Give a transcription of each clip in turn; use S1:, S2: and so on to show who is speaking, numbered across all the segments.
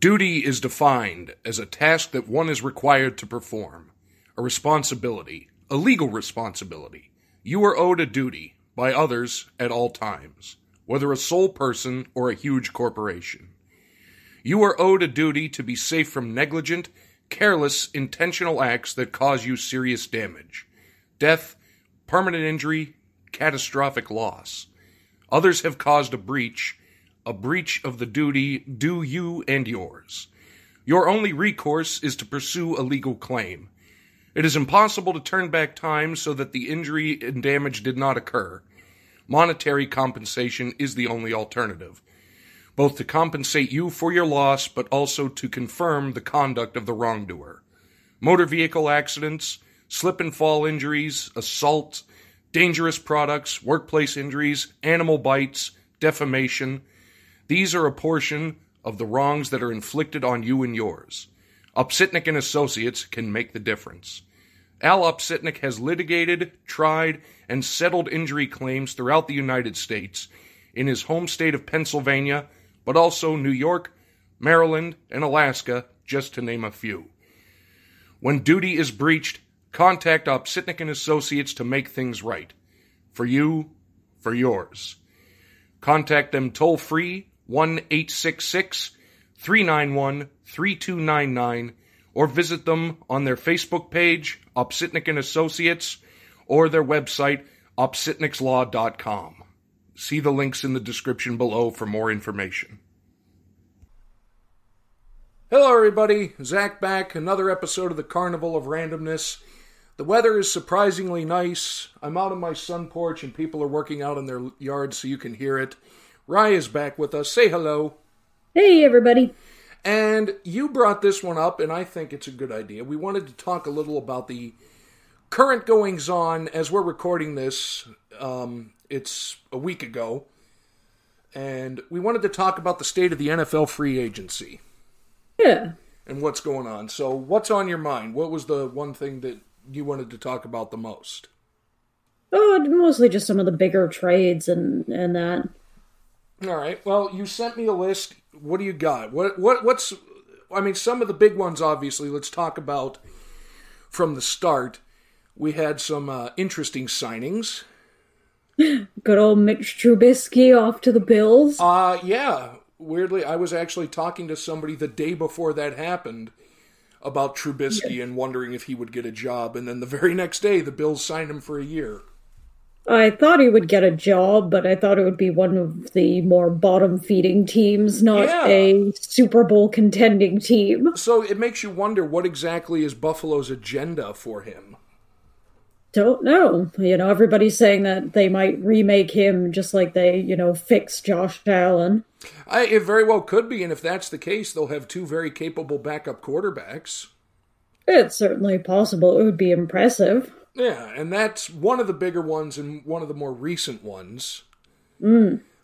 S1: Duty is defined as a task that one is required to perform, a responsibility, a legal responsibility. You are owed a duty by others at all times, whether a sole person or a huge corporation. You are owed a duty to be safe from negligent, careless, intentional acts that cause you serious damage, death, permanent injury, catastrophic loss. Others have caused a breach, a breach of the duty due you and yours. Your only recourse is to pursue a legal claim. It is impossible to turn back time so that the injury and damage did not occur. Monetary compensation is the only alternative, both to compensate you for your loss but also to confirm the conduct of the wrongdoer motor vehicle accidents, slip and fall injuries, assault, dangerous products, workplace injuries, animal bites, defamation. These are a portion of the wrongs that are inflicted on you and yours. Upsitnik and Associates can make the difference. Al Upsitnik has litigated, tried, and settled injury claims throughout the United States, in his home state of Pennsylvania, but also New York, Maryland, and Alaska, just to name a few. When duty is breached, contact Opsitnik and Associates to make things right. For you, for yours. Contact them toll free 1 866 391 3299 or visit them on their Facebook page, Opsitnik and Associates, or their website, opsitnikslaw.com. See the links in the description below for more information. Hello, everybody. Zach back. Another episode of the Carnival of Randomness. The weather is surprisingly nice. I'm out on my sun porch and people are working out in their yards so you can hear it. Rye is back with us. Say hello.
S2: Hey, everybody.
S1: And you brought this one up, and I think it's a good idea. We wanted to talk a little about the current goings on as we're recording this. Um, it's a week ago. And we wanted to talk about the state of the NFL free agency.
S2: Yeah.
S1: and what's going on. So, what's on your mind? What was the one thing that you wanted to talk about the most?
S2: Oh, mostly just some of the bigger trades and and that.
S1: All right. Well, you sent me a list. What do you got? What what what's I mean, some of the big ones obviously. Let's talk about from the start. We had some uh, interesting signings.
S2: Good old Mitch Trubisky off to the Bills.
S1: Uh yeah, weirdly I was actually talking to somebody the day before that happened about Trubisky and wondering if he would get a job and then the very next day the Bills signed him for a year.
S2: I thought he would get a job, but I thought it would be one of the more bottom feeding teams, not
S1: Yeah.
S2: a Super Bowl contending team.
S1: So it makes you wonder what exactly is Buffalo's agenda for him.
S2: Don't know. You know, everybody's saying that they might remake him just like they, you know, fixed Josh Allen.
S1: I, it very well could be, and if that's the case, they'll have two very capable backup quarterbacks.
S2: It's certainly possible. It would be impressive.
S1: Yeah, and that's one of the bigger ones and one of the more recent ones.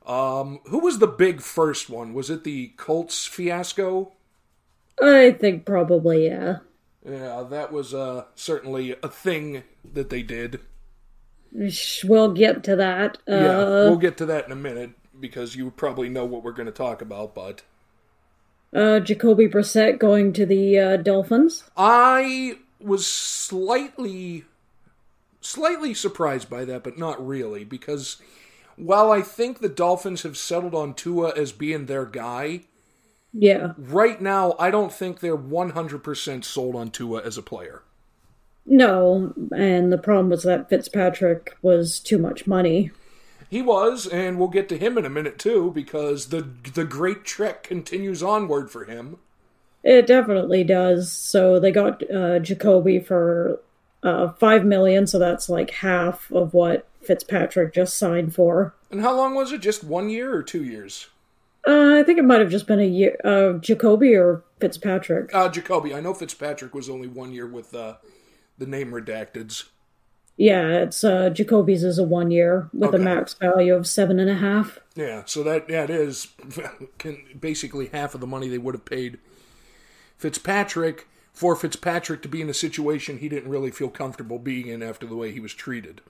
S1: Um, who was the big first one? Was it the Colts fiasco?
S2: I think probably, yeah.
S1: Yeah, that was uh, certainly a thing that they did.
S2: Sh- We'll get to that.
S1: Yeah,
S2: Uh,
S1: we'll get to that in a minute because you probably know what we're going to talk about, but.
S2: uh, Jacoby Brissett going to the uh, Dolphins.
S1: I was slightly slightly surprised by that, but not really, because while I think the Dolphins have settled on Tua as being their guy,
S2: Yeah.
S1: right now I don't think they're 100% sold on Tua as a player.
S2: No, and the problem was that Fitzpatrick was too much money.
S1: He was, and we'll get to him in a minute too, because the the great trek continues onward for him.
S2: It definitely does. So they got uh, Jacoby for uh, five million, so that's like half of what Fitzpatrick just signed for.
S1: And how long was it? Just one year or two years?
S2: Uh, I think it might have just been a year. Uh, Jacoby or Fitzpatrick.
S1: Uh, Jacoby. I know Fitzpatrick was only one year with uh, the name redacteds.
S2: Yeah, it's uh, Jacoby's is a one year with a
S1: Okay.
S2: max value of seven and a half.
S1: Yeah, so that that is can, basically half of the money they would have paid Fitzpatrick for Fitzpatrick to be in a situation he didn't really feel comfortable being in after the way he was treated.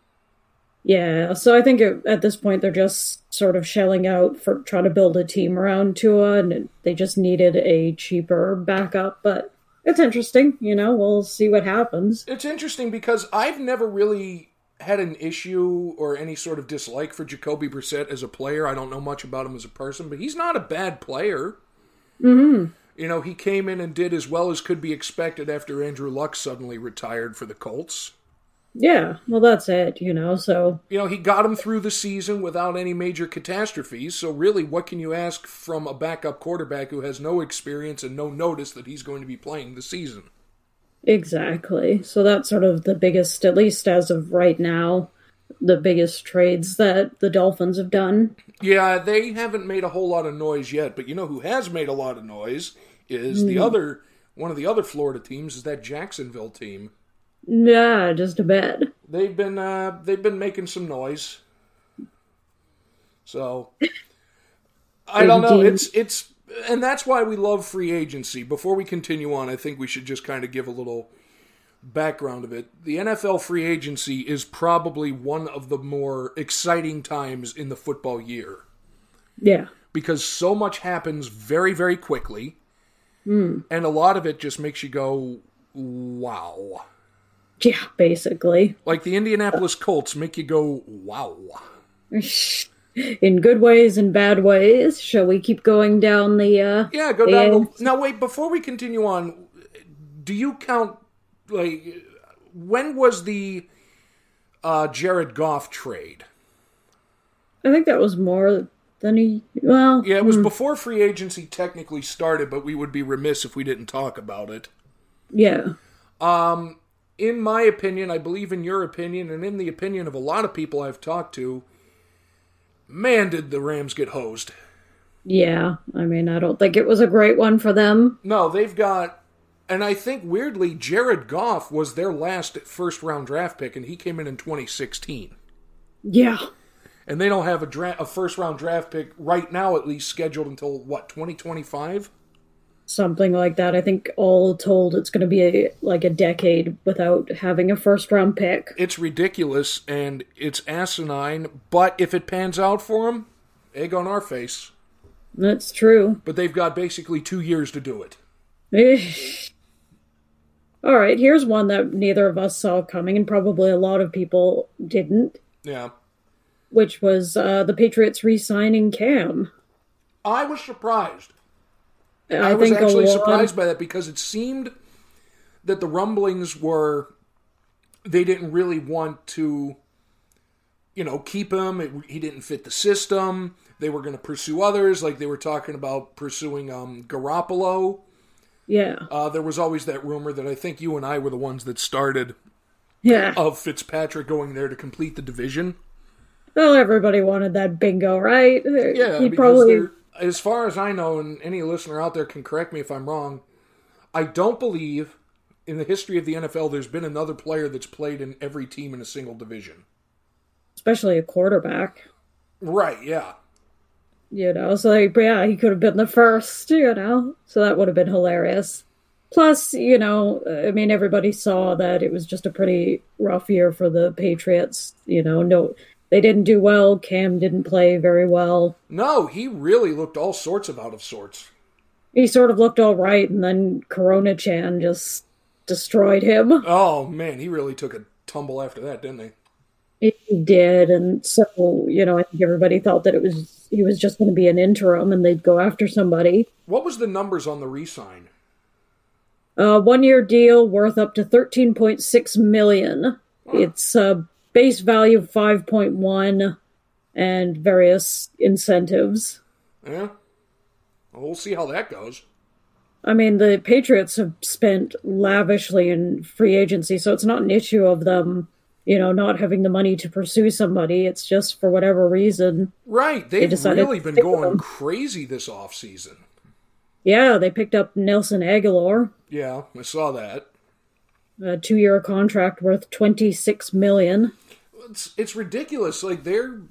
S2: Yeah, so I think it, at this point they're just sort of shelling out for trying to build a team around Tua, and they just needed a cheaper backup. But it's interesting, you know. We'll see what happens.
S1: It's interesting because I've never really had an issue or any sort of dislike for Jacoby Brissett as a player. I don't know much about him as a person, but he's not a bad player.
S2: Mm-hmm.
S1: You know, he came in and did as well as could be expected after Andrew Luck suddenly retired for the Colts.
S2: Yeah, well, that's it, you know. So
S1: You know, he got him through the season without any major catastrophes. So, really, what can you ask from a backup quarterback who has no experience and no notice that he's going to be playing the season?
S2: exactly. So that's sort of the biggest, at least as of right now, the biggest trades that the Dolphins have done.
S1: Yeah, they haven't made a whole lot of noise yet, but you know who has made a lot of noise is the other one of the other Florida teams is that Jacksonville team.
S2: Yeah, just a bit.
S1: They've been uh, they've been making some noise. So I don't know.
S2: Indeed.
S1: It's it's and that's why we love free agency. Before we continue on, I think we should just kind of give a little background of it. The NFL free agency is probably one of the more exciting times in the football year.
S2: Yeah,
S1: because so much happens very very quickly and a lot of it just makes you go wow
S2: yeah, basically,
S1: like the indianapolis colts make you go wow
S2: in good ways and bad ways. Shall we keep going down the? uh
S1: yeah go down
S2: And-
S1: the, now wait before we continue on do you count like when was the uh jared goff trade
S2: I think that was more than a well.
S1: yeah it was before free agency technically started but we would be remiss if we didn't talk about it
S2: Yeah.
S1: in my opinion, I believe in your opinion, and in the opinion of a lot of people I've talked to, man, did the Rams get hosed.
S2: Yeah. I mean, I don't think it was a great one for them.
S1: No, they've got, and I think weirdly, Jared Goff was their last first round draft pick, and he came in in 2016.
S2: Yeah.
S1: And they don't have a, dra- a first round draft pick right now, at least scheduled until what, 2025?
S2: Something like that. I think all told, it's going to be a, like a decade without having a first round pick.
S1: It's ridiculous and it's asinine, but if it pans out for them, egg on our face.
S2: That's true.
S1: But they've got basically two years to do it.
S2: Eesh. all right. Here's one that neither of us saw coming, and probably a lot of people didn't,
S1: Yeah.
S2: which was uh, the Patriots re signing Cam.
S1: I was surprised.
S2: I,
S1: I, was
S2: think a
S1: actually
S2: lot-
S1: surprised by that because it seemed that the rumblings were they didn't really want to, you know, keep him. It, he didn't fit the system. They were going to pursue others, like they were talking about pursuing um, Garoppolo.
S2: Yeah.
S1: Uh, there was always that rumor that I think you and I were the ones that started
S2: Yeah.
S1: of Fitzpatrick going there to complete the division.
S2: Well, everybody wanted that bingo, right? Uh,
S1: Yeah,
S2: He
S1: because
S2: probably.
S1: they're- as far as I know, and any listener out there can correct me if I'm wrong, I don't believe in the history of the NFL there's been another player that's played in every team in a single division.
S2: especially a quarterback.
S1: Right, yeah.
S2: You know, so like, but yeah, he could have been the first. You know, so that would have been hilarious. Plus, you know, I mean, everybody saw that it was just a pretty rough year for the Patriots. You know, no, they didn't do well. Cam didn't play very well.
S1: No, he really looked all sorts of out of sorts.
S2: He sort of looked all right, and then Corona Chan just destroyed him.
S1: Oh man, he really took a tumble after that, didn't he?
S2: He did, and so you know, I think everybody thought that it was he was just going to be an interim, and they'd go after somebody.
S1: What was the numbers on the re-sign?
S2: uh, one year deal worth up to 13.6 million it's uh, base value of 5.1 and various incentives
S1: Yeah. eh? Well, we'll see how that goes.
S2: i mean the patriots have spent lavishly in free agency so it's not an issue of them you know not having the money to pursue somebody it's just for whatever reason
S1: Right, they've
S2: decided
S1: really
S2: to
S1: been
S2: stick with
S1: going
S2: him.
S1: crazy this off season.
S2: yeah they picked up nelson aguilar
S1: Yeah, I saw that.
S2: a two-year contract worth 26 million
S1: it's it's ridiculous. Like they're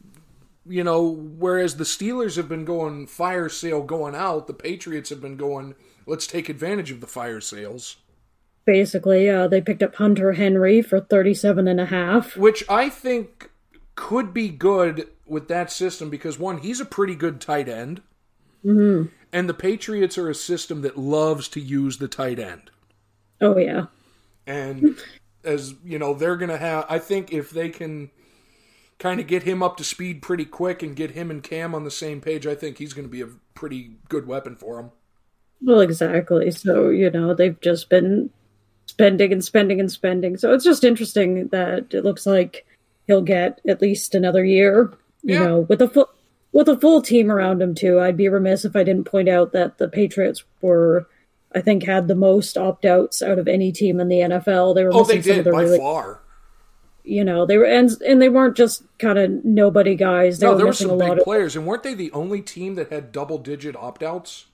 S1: you know, whereas the Steelers have been going fire sale going out, the Patriots have been going let's take advantage of the fire sales.
S2: basically uh, they picked up hunter henry for 37 and a half
S1: Which I think could be good with that system because one, he's a pretty good tight end,
S2: Mhm.
S1: and the Patriots are a system that loves to use the tight end.
S2: Oh yeah. Hmm.
S1: And as you know, they're gonna have. I think if they can kind of get him up to speed pretty quick and get him and Cam on the same page, I think he's gonna be a pretty good weapon for him.
S2: Well, exactly. So, you know, they've just been spending and spending and spending. So it's just interesting that it looks like he'll get at least another year, you
S1: Yeah.
S2: know, with a full with a full team around him too. I'd be remiss if I didn't point out that the Patriots were I think had the most opt-outs out of any team in the NFL. They were
S1: Oh,
S2: missing
S1: they
S2: some of
S1: did
S2: the
S1: by
S2: really,
S1: far.
S2: you know, they were and and they weren't just kind of nobody guys. They
S1: No,
S2: were
S1: there were
S2: missing
S1: some
S2: a lot
S1: big
S2: of
S1: players, and weren't they the only team that had double-digit opt-outs?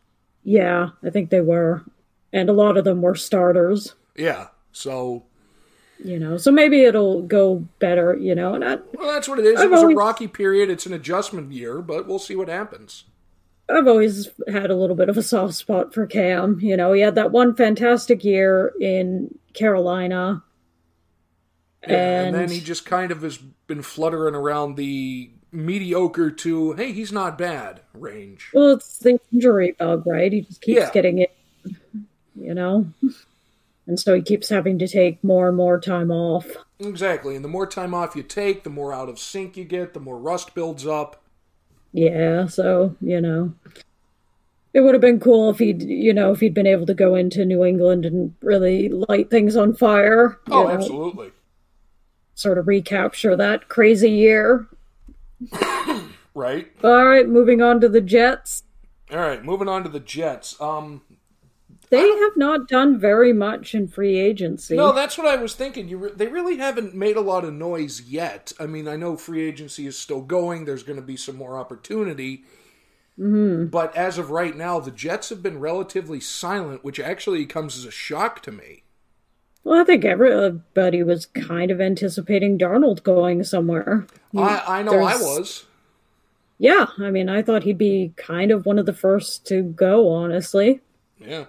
S2: Yeah, I think they were. And a lot of them were starters.
S1: Yeah. So
S2: you know so maybe it'll go better you know and I,
S1: Well, that's what it is. it
S2: I've
S1: was
S2: always-
S1: a rocky period. It's an adjustment year, but we'll see what happens.
S2: i've always had a little bit of a soft spot for cam you know he had that one fantastic year in carolina
S1: Yeah, and
S2: and
S1: then he just kind of has been fluttering around the mediocre to hey, he's not bad range.
S2: well it's the injury bug right he just keeps
S1: Yeah.
S2: getting it you know and so he keeps having to take more and more time off
S1: Exactly. And the more time off you take, the more out of sync you get, the more rust builds up.
S2: yeah so you know it would have been cool if he'd you know if he'd been able to go into new england and really light things on fire you
S1: Oh,
S2: know.
S1: absolutely.
S2: sort of recapture that crazy year.
S1: Right.
S2: All right, moving on to the Jets.
S1: All right, moving on to the Jets. Um
S2: They have not done very much in free agency.
S1: No, that's what I was thinking. You re- they really haven't made a lot of noise yet. I mean, I know free agency is still going. There's going to be some more opportunity. But as of right now, the Jets have been relatively silent, which actually comes as a shock to me.
S2: well, I think everybody was kind of anticipating Darnold going somewhere.
S1: I, I know I
S2: there's-
S1: was.
S2: Yeah, I mean, I thought he'd be kind of one of the first to go, honestly.
S1: Yeah.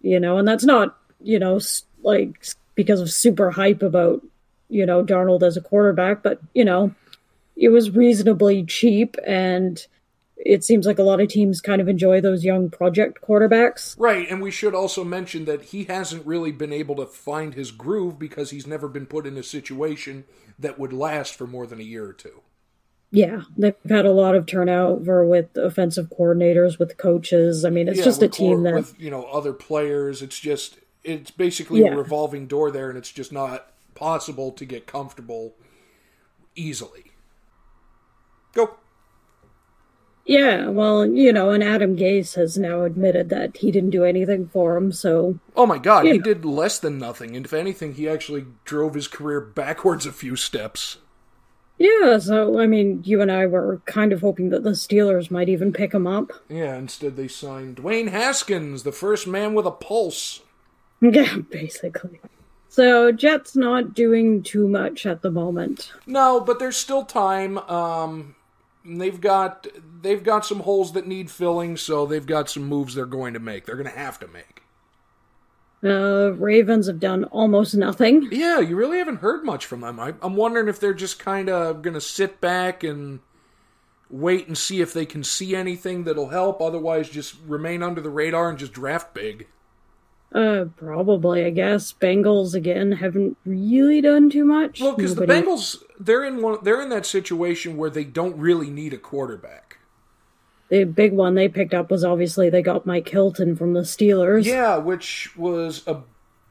S2: You know, and that's not, you know, s- like s- because of super hype about, you know, Darnold as a quarterback, but, you know, it was reasonably cheap and it seems like a lot of teams kind of enjoy those young project quarterbacks.
S1: Right, and we should also mention that he hasn't really been able to find his groove because he's never been put in a situation that would last for more than a year or two.
S2: Yeah, they've had a lot of turnover with offensive coordinators, with coaches. I mean, it's just a
S1: with
S2: team
S1: cor-
S2: that
S1: with you know other players. It's just it's basically
S2: Yeah.
S1: a revolving door there, and it's just not possible to get comfortable easily. Go.
S2: Yeah, well, you know, and Adam Gase has now admitted that he didn't do anything for him, so
S1: Oh my God, he
S2: Yeah.
S1: did less than nothing, and if anything, he actually drove his career backwards a few steps.
S2: yeah, so I mean, you and I were kind of hoping that the Steelers might even pick him up.
S1: Yeah, instead they signed Dwayne Haskins, the first man with a pulse.
S2: Yeah, basically. So Jets not doing too much at the moment.
S1: No, but there's still time. Um, and they've got they've got some holes that need filling, so they've got some moves they're going to make. They're going to have to make.
S2: Uh Ravens have done almost nothing.
S1: Yeah, you really haven't heard much from them. I, I'm wondering if they're just kind of going to sit back and wait and see if they can see anything that'll help. Otherwise, just remain under the radar and just draft big.
S2: Uh probably, I guess. Bengals again haven't really done too much.
S1: Well, because the
S2: Nobody-
S1: Bengals they're in one they're in that situation where they don't really need a quarterback.
S2: the big one they picked up was obviously they got Mike Hilton from the Steelers.
S1: Yeah, which was a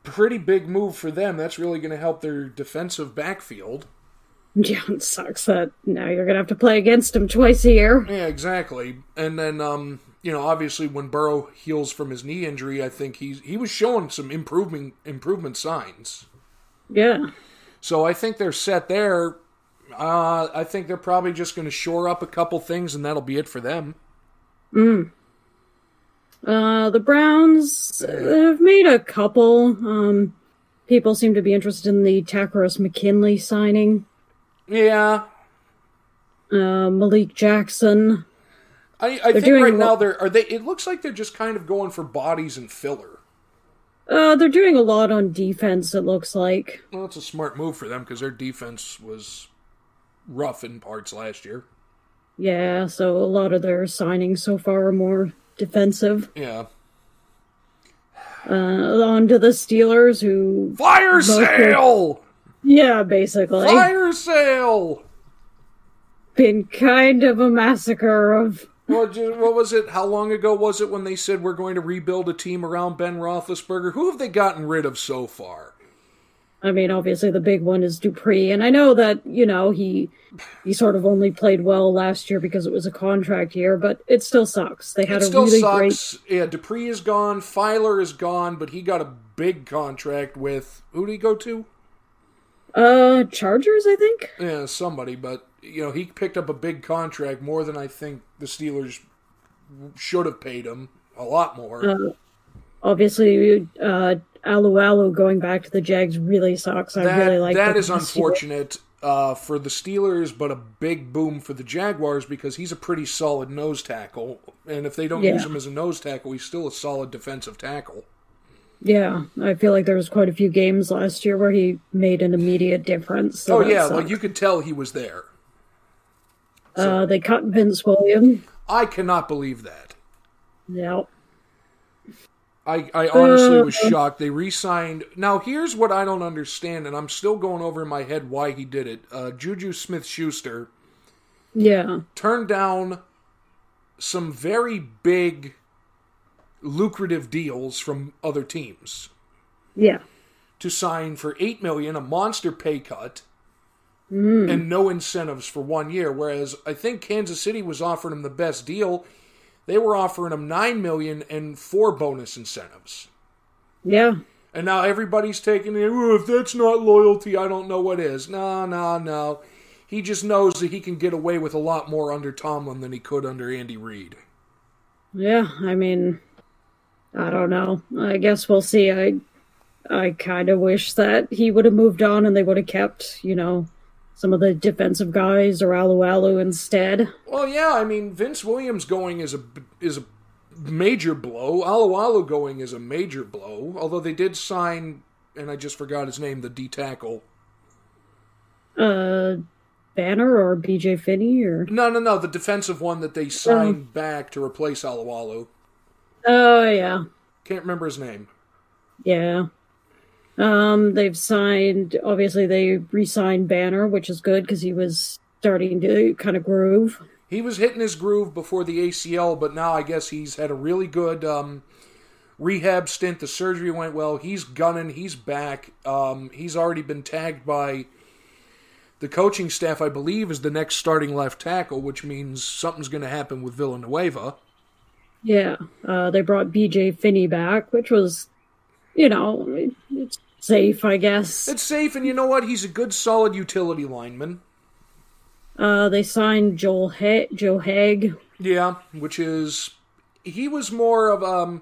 S1: pretty big move for them. That's really going to help their defensive backfield.
S2: Yeah, it sucks that now you're gonna have to play against him twice a year.
S1: Yeah, exactly. And then, um, you know, obviously when Burrow heals from his knee injury, I think he's he was showing some improvement improvement signs.
S2: Yeah,
S1: So I think they're set there. Uh, I think they're probably just going to shore up a couple things, and that'll be it for them.
S2: uh, the Browns have made a couple. Um, people seem to be interested in the Takaris McKinley signing,
S1: Yeah,
S2: uh, Malik Jackson.
S1: I, I think
S2: doing
S1: right
S2: a
S1: now
S2: lot-
S1: they're are they. It looks like they're just kind of going for bodies and filler.
S2: Uh, they're doing a lot on defense. It looks like.
S1: Well, it's a smart move for them because their defense was rough in parts last year.
S2: Yeah, so a lot of their signings so far are more defensive.
S1: Yeah.
S2: Uh, on to the Steelers, who,
S1: Fire
S2: Most of-
S1: sale!
S2: yeah, basically,
S1: Fire sale!
S2: been kind of a massacre of.
S1: What, ju- what was it? How long ago was it when they said we're going to rebuild a team around Ben Roethlisberger? Who have they gotten rid of so far?
S2: I mean, obviously the big one is Dupree, and I know that you know he he sort of only played well last year because it was a contract year, but it still sucks. They had
S1: It
S2: a
S1: still
S2: really great.
S1: sucks. Yeah, Dupree is gone. Filer is gone, but he got a big contract with who did he go to?
S2: Uh, Chargers, I think.
S1: Yeah, somebody. But you know, he picked up a big contract more than I think the Steelers should have paid him. A lot more.
S2: Uh, Obviously, uh, Alu Alu going back to the Jags really sucks. I
S1: that
S2: really like
S1: that
S2: the-
S1: is unfortunate uh, for the Steelers, but a big boom for the Jaguars because he's a pretty solid nose tackle, and if they don't
S2: Yeah.
S1: use him as a nose tackle, he's still a solid defensive tackle.
S2: Yeah, I feel like there was quite a few games last year where he made an immediate difference. so
S1: oh
S2: that
S1: yeah,
S2: sucked.
S1: like you could tell he was there.
S2: uh, they cut Vince William.
S1: I cannot believe that.
S2: Yeah,
S1: I, I honestly
S2: Uh.
S1: was shocked. They re-signed. Now here's what I don't understand, and I'm still going over in my head why he did it. Uh, Juju Smith-Schuster
S2: yeah,
S1: turned down some very big, lucrative deals from other teams.
S2: yeah.
S1: to sign for eight million, a monster pay cut, and no incentives for one year. Whereas I think Kansas City was offering him the best deal. They were offering him nine million and four bonus incentives.
S2: Yeah,
S1: And now everybody's taking it. "Oh, If that's not loyalty, I don't know what is. No, no, no. He just knows that he can get away with a lot more under Tomlin than he could under Andy Reid.
S2: yeah. I mean, I don't know. I guess we'll see. I, I kind of wish that he would have moved on and they would have kept, you know, some of the defensive guys or Alu Alu instead.
S1: Well, yeah, I mean Vince Williams going is a is a major blow. Alu Alu going is a major blow. Although they did sign, and I just forgot his name, the D tackle.
S2: Uh, Banner or BJ Finney or
S1: No, no, no, the defensive one that they signed back to replace Alu Alu.
S2: oh yeah,
S1: Can't remember his name.
S2: Yeah. Um, they've signed, obviously, they re signed Banner, which is good because he was starting to kind of groove.
S1: He was hitting his groove before the ACL, but now I guess he's had a really good um, rehab stint. The surgery went well. He's gunning. He's back. Um, he's already been tagged by the coaching staff, I believe, is the next starting left tackle, which means something's going to happen with Villanueva.
S2: Yeah. Uh, they brought BJ Finney back, which was, you know, it's safe, I guess.
S1: It's safe, and you know what? He's a good, solid utility lineman.
S2: Uh, they signed Joel he- Joe Haig.
S1: Yeah, which is he was more of um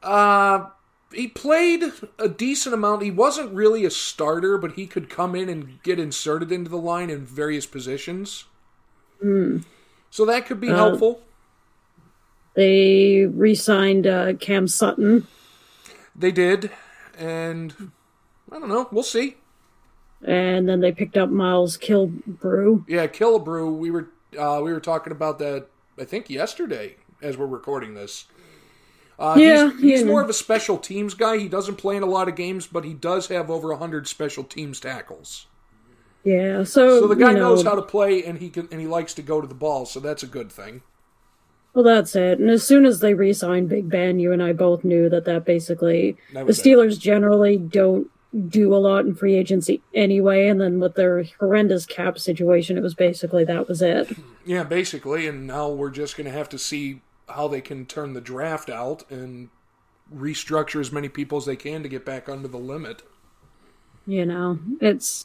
S1: uh he played a decent amount. He wasn't really a starter, but he could come in and get inserted into the line in various positions. So that could be helpful.
S2: They re signed uh, Cam Sutton.
S1: They did, and I don't know. We'll see.
S2: And then they picked up Miles Kilbrew.
S1: Yeah, Killebrew. We were uh, we were talking about that. I think yesterday, as we're recording this. Uh,
S2: Yeah,
S1: he's, he's
S2: yeah.
S1: more of a special teams guy. He doesn't play in a lot of games, but he does have over hundred special teams tackles.
S2: Yeah. So,
S1: So the guy
S2: you know,
S1: knows how to play, and he can and he likes to go to the ball. So that's a good thing.
S2: Well, that's it. And as soon as they re-signed Big Ben, you and I both knew that that basically
S1: That
S2: the
S1: was it.
S2: Steelers generally don't do a lot in free agency anyway. And then with their horrendous cap situation, it was basically that was it.
S1: Yeah, basically. And now we're just going to have to see how they can turn the draft out and restructure as many people as they can to get back under the limit.
S2: You know, it's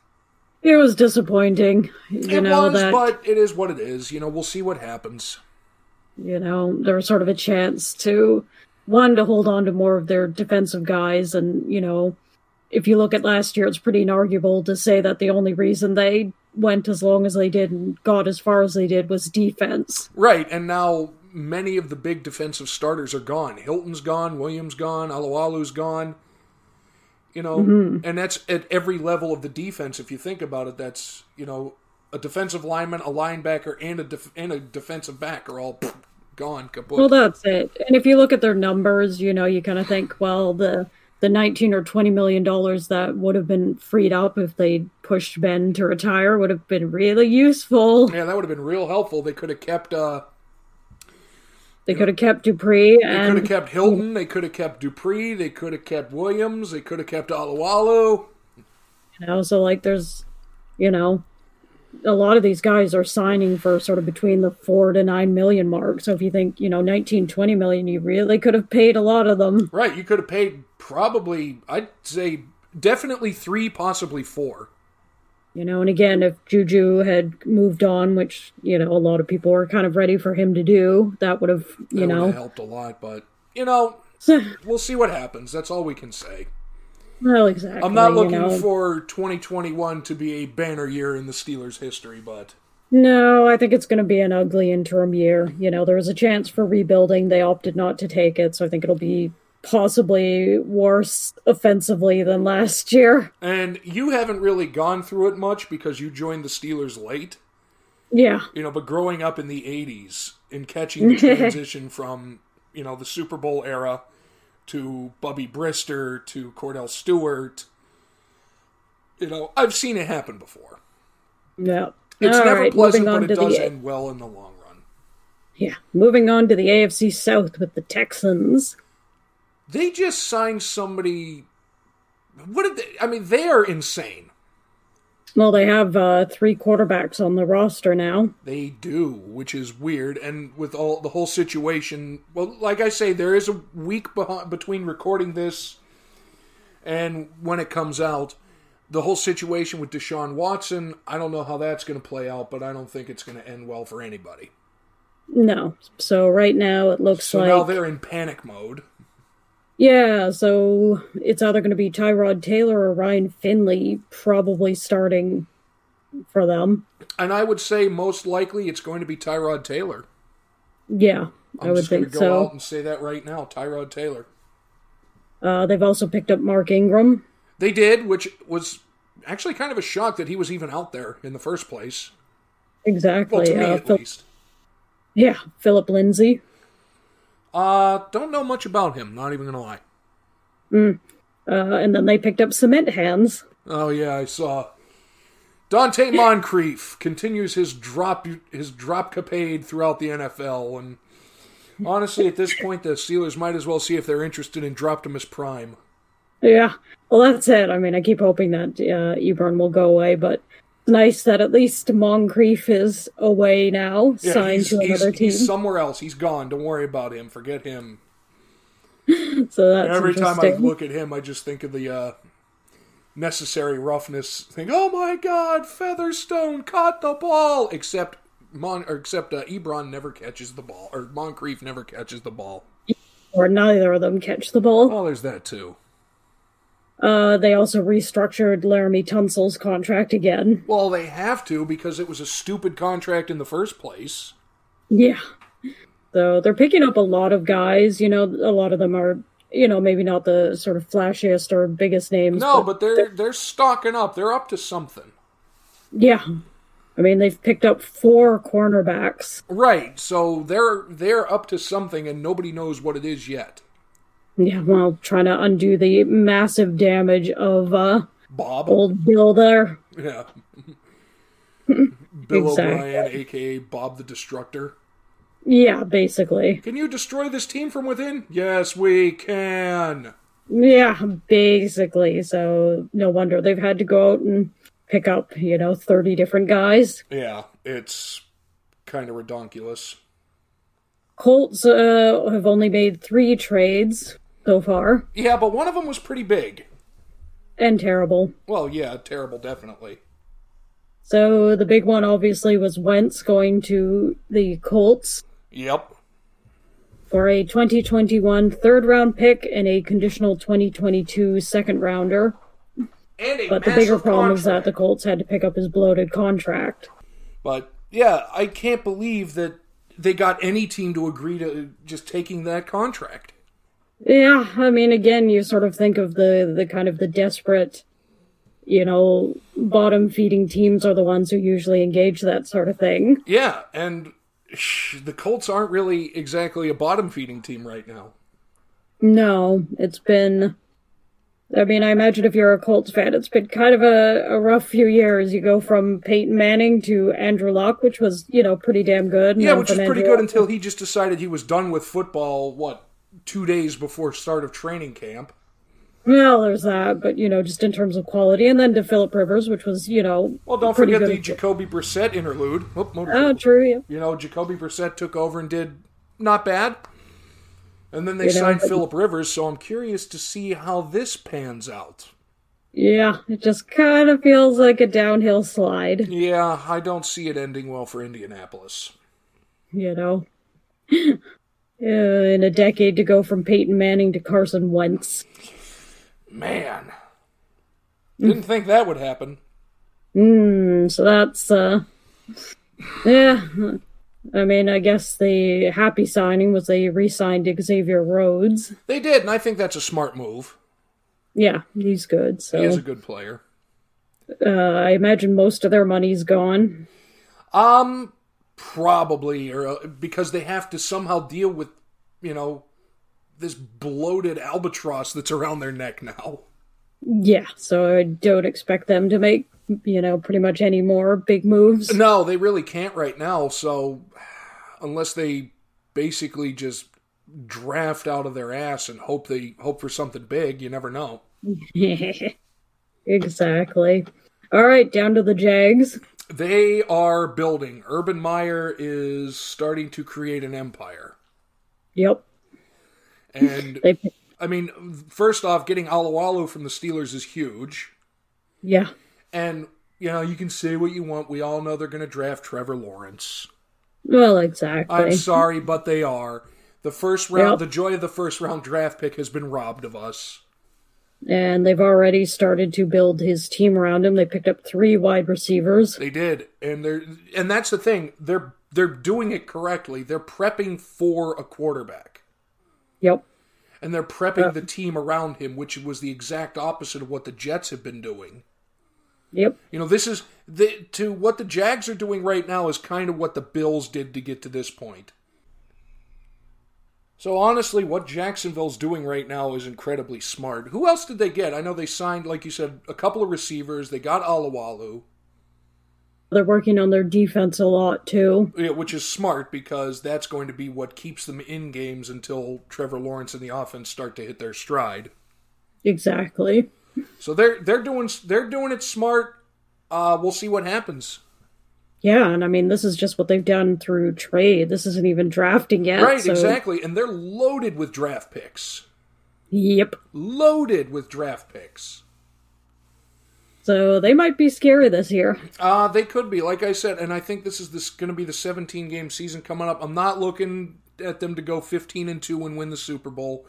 S2: it was disappointing. You
S1: it
S2: know
S1: was,
S2: that
S1: but it is what it is. You know, we'll see what happens.
S2: you know there was sort of a chance to one to hold on to more of their defensive guys, and you know. If you look at last year, it's pretty inarguable to say that the only reason they went as long as they did and got as far as they did was defense.
S1: Right, and now many of the big defensive starters are gone. Hilton's gone, Williams gone, Alualu's gone. You know,
S2: Mm-hmm.
S1: and that's at every level of the defense. If you think about it, that's you know a defensive lineman, a linebacker, and a def- and a defensive back are all gone. Kaput.
S2: Well, that's it. And if you look at their numbers, you know, you kind of think, well, the the nineteen or twenty million dollars that would have been freed up if they pushed Ben to retire would have been really useful.
S1: yeah, that would have been real helpful. They could have kept. uh
S2: They could have kept Dupree
S1: They could have
S2: and
S1: kept Hilton. They could have kept Dupree. They could have kept Williams. They could have kept Alualu.
S2: you know, so like there's, you know, a lot of these guys are signing for sort of between the four to nine million mark. So if you think, you know, 19, 20 million, you really could have paid a lot of them.
S1: Right, you could have paid probably, I'd say, definitely three, possibly four.
S2: You know, and again, if Juju had moved on, which, you know, a lot of people were kind of ready for him to do, that would have,
S1: That
S2: you
S1: would have
S2: know,
S1: helped a lot, but you know, we'll see what happens. That's all we can say.
S2: well, exactly.
S1: I'm not
S2: you
S1: looking
S2: know.
S1: for 2021 to be a banner year in the Steelers' history, but
S2: No, I think it's going to be an ugly interim year. You know, there was a chance for rebuilding. They opted not to take it. So I think it'll be possibly worse offensively than last year.
S1: and you haven't really gone through it much because you joined the Steelers late.
S2: Yeah.
S1: you know, but growing up in the 80s and catching the transition from, you know, the Super Bowl era to Bubby Brister to Cordell Stewart, you know, I've seen it happen before.
S2: Yeah.
S1: It's
S2: All
S1: never
S2: right,
S1: pleasant,
S2: moving on
S1: but it
S2: to the- e-
S1: does end well in the long run.
S2: Yeah. Moving on to the AFC South with the Texans.
S1: They just signed somebody. What did they? I mean, they are insane.
S2: Well, they have uh, three quarterbacks on the roster now.
S1: They do, which is weird. And with all the whole situation, well, like I say, there is a week behind, between recording this and when it comes out. The whole situation with Deshaun Watson, I don't know how that's going to play out, but I don't think it's going to end well for anybody.
S2: No. So right now it looks
S1: So
S2: like
S1: now they're in panic mode.
S2: Yeah, so it's either going to be Tyrod Taylor or Ryan Finley probably starting for them.
S1: And I would say most likely it's going to be Tyrod Taylor.
S2: Yeah, i
S1: I'm
S2: would
S1: just going
S2: think
S1: to go out
S2: so.
S1: and say that right now Tyrod Taylor.
S2: Uh, they've also picked up Mark Ingram.
S1: They did, which was actually kind of a shock that he was even out there in the first place.
S2: Exactly.
S1: Well, to me
S2: uh,
S1: at
S2: Phil-
S1: least.
S2: yeah, Philip Lindsay.
S1: Uh, don't know much about him. Not even gonna lie.
S2: Uh, and then they picked up Cement Hands.
S1: Oh yeah, I saw. Dante Moncrief continues his drop his drop capade throughout the NFL, and honestly, at this point, the Steelers might as well see if they're interested in Droptimus Prime.
S2: Yeah, well, that's it. I mean, I keep hoping that uh, Ebron will go away, but it's nice that at least Moncrief is away now,
S1: Yeah,
S2: signed
S1: he's,
S2: to
S1: he's-
S2: another team.
S1: he's somewhere else. He's gone. Don't worry about him. Forget him.
S2: so that's
S1: Every time I
S2: interesting.
S1: look at him, I just think of the uh, necessary roughness. Think, oh my God, Featherstone caught the ball. Except Mon, or except uh, Ebron never catches the ball, or Moncrief never catches the ball.
S2: or neither of them catch the ball.
S1: Oh, there's that too.
S2: Uh, they also restructured Laramie Tunsil's contract again.
S1: Well, they have to because it was a stupid contract in the first place.
S2: Yeah. So they're picking up a lot of guys. You know, a lot of them are, you know, maybe not the sort of flashiest or biggest names.
S1: No, but they're they're stocking up. They're up to something.
S2: yeah. I mean, they've picked up four cornerbacks.
S1: Right. So they're they're up to something, and nobody knows what it is yet.
S2: Yeah, well, trying to undo the massive damage of uh,
S1: Bob.
S2: old Bill there.
S1: Yeah. Bill
S2: Exactly.
S1: O'Brien, aka Bob the Destructor.
S2: Yeah, basically.
S1: Can you destroy this team from within? Yes, we can.
S2: Yeah, basically. So no wonder they've had to go out and pick up, you know, 30 different guys.
S1: Yeah, it's kind of redonkulous.
S2: Colts uh, have only made three trades so far,
S1: Yeah, but one of them was pretty big.
S2: and terrible.
S1: Well, yeah, terrible, definitely.
S2: So the big one obviously was Wentz going to the Colts
S1: Yep.
S2: for a 2021 third round pick and a conditional 2022 second rounder.
S1: And a
S2: But the bigger problem is that the Colts had to pick up his bloated contract.
S1: But yeah, I can't believe that they got any team to agree to just taking that contract.
S2: Yeah, I mean, again, you sort of think of the the kind of the desperate, you know, bottom feeding teams are the ones who usually engage that sort of thing.
S1: Yeah, and sh- the Colts aren't really exactly a bottom feeding team right now.
S2: No, it's been. I mean, I imagine if you're a Colts fan, it's been kind of a, a rough few years. You go from Peyton Manning to Andrew Luck, which was, you know, pretty damn good. and
S1: Yeah,
S2: then
S1: which is
S2: from
S1: pretty
S2: Andrew
S1: good
S2: Luck-
S1: until he just decided he was done with football, what, two days before start of training camp.
S2: Well, there's that, but, you know, just in terms of quality. And then to Philip Rivers, which was, you know,
S1: Well, don't
S2: pretty
S1: forget the
S2: good.
S1: Jacoby Brissett interlude. Oop, motorcycle.
S2: Oh, true. Yeah.
S1: you know, Jacoby Brissett took over and did not bad. And then they
S2: You know,
S1: signed
S2: but-
S1: Philip Rivers, so I'm curious to see how this pans out.
S2: Yeah, it just kind of feels like a downhill slide,
S1: Yeah, I don't see it ending well for Indianapolis.
S2: you know. Uh, in a decade to go from Peyton Manning to Carson Wentz.
S1: Man. Didn't think that would happen.
S2: Mm, so that's uh yeah. I mean, I guess the happy signing was they re-signed Xavier Rhodes.
S1: They did, and I think that's a smart move.
S2: Yeah, he's good. So
S1: He is a good player.
S2: uh, I imagine most of their money's gone.
S1: Um, probably, or uh, because they have to somehow deal with, you know, this bloated albatross that's around their neck now.
S2: Yeah, so I don't expect them to make you know pretty much any more big moves.
S1: No, they really can't right now. So, unless they basically just draft out of their ass and hope they hope for something big, you never know.
S2: exactly. All right, down to the Jags.
S1: They are building. Urban Meyer is starting to create an empire,
S2: Yep,
S1: and
S2: they.
S1: I mean, first off, getting Alu Alu from the Steelers is huge.
S2: Yeah,
S1: And you know, you can say what you want. We all know they're going to draft Trevor Lawrence.
S2: well, exactly.
S1: I'm sorry, but they are. The first round,
S2: Yep.
S1: the joy of the first round draft pick has been robbed of us.
S2: and they've already started to build his team around him. They picked up three wide receivers.
S1: They did, and they're and that's the thing. They're they're doing it correctly. They're prepping for a quarterback,
S2: Yep.
S1: and they're prepping the team around him, which was the exact opposite of what the Jets have been doing.
S2: Yep.
S1: You know, this is the, to what the Jags are doing right now is kind of what the Bills did to get to this point. So honestly, what Jacksonville's doing right now is incredibly smart. Who else did they get? I know they signed, like you said, a couple of receivers. They got Alawalu,
S2: They're working on their defense a lot too.
S1: yeah, which is smart because that's going to be what keeps them in games until Trevor Lawrence and the offense start to hit their stride.
S2: Exactly.
S1: So they're they're doing they're doing it smart. Uh, we'll see what happens.
S2: Yeah, and I mean this is just what they've done through trade. This isn't even drafting yet.
S1: right,
S2: so-
S1: exactly, and they're loaded with draft picks.
S2: Yep.
S1: loaded with draft picks.
S2: So they might be scary this year.
S1: Uh, they could be, like I said, and I think this is this going to be the 17 game season coming up. I'm not looking at them to go 15 and two and win the Super Bowl,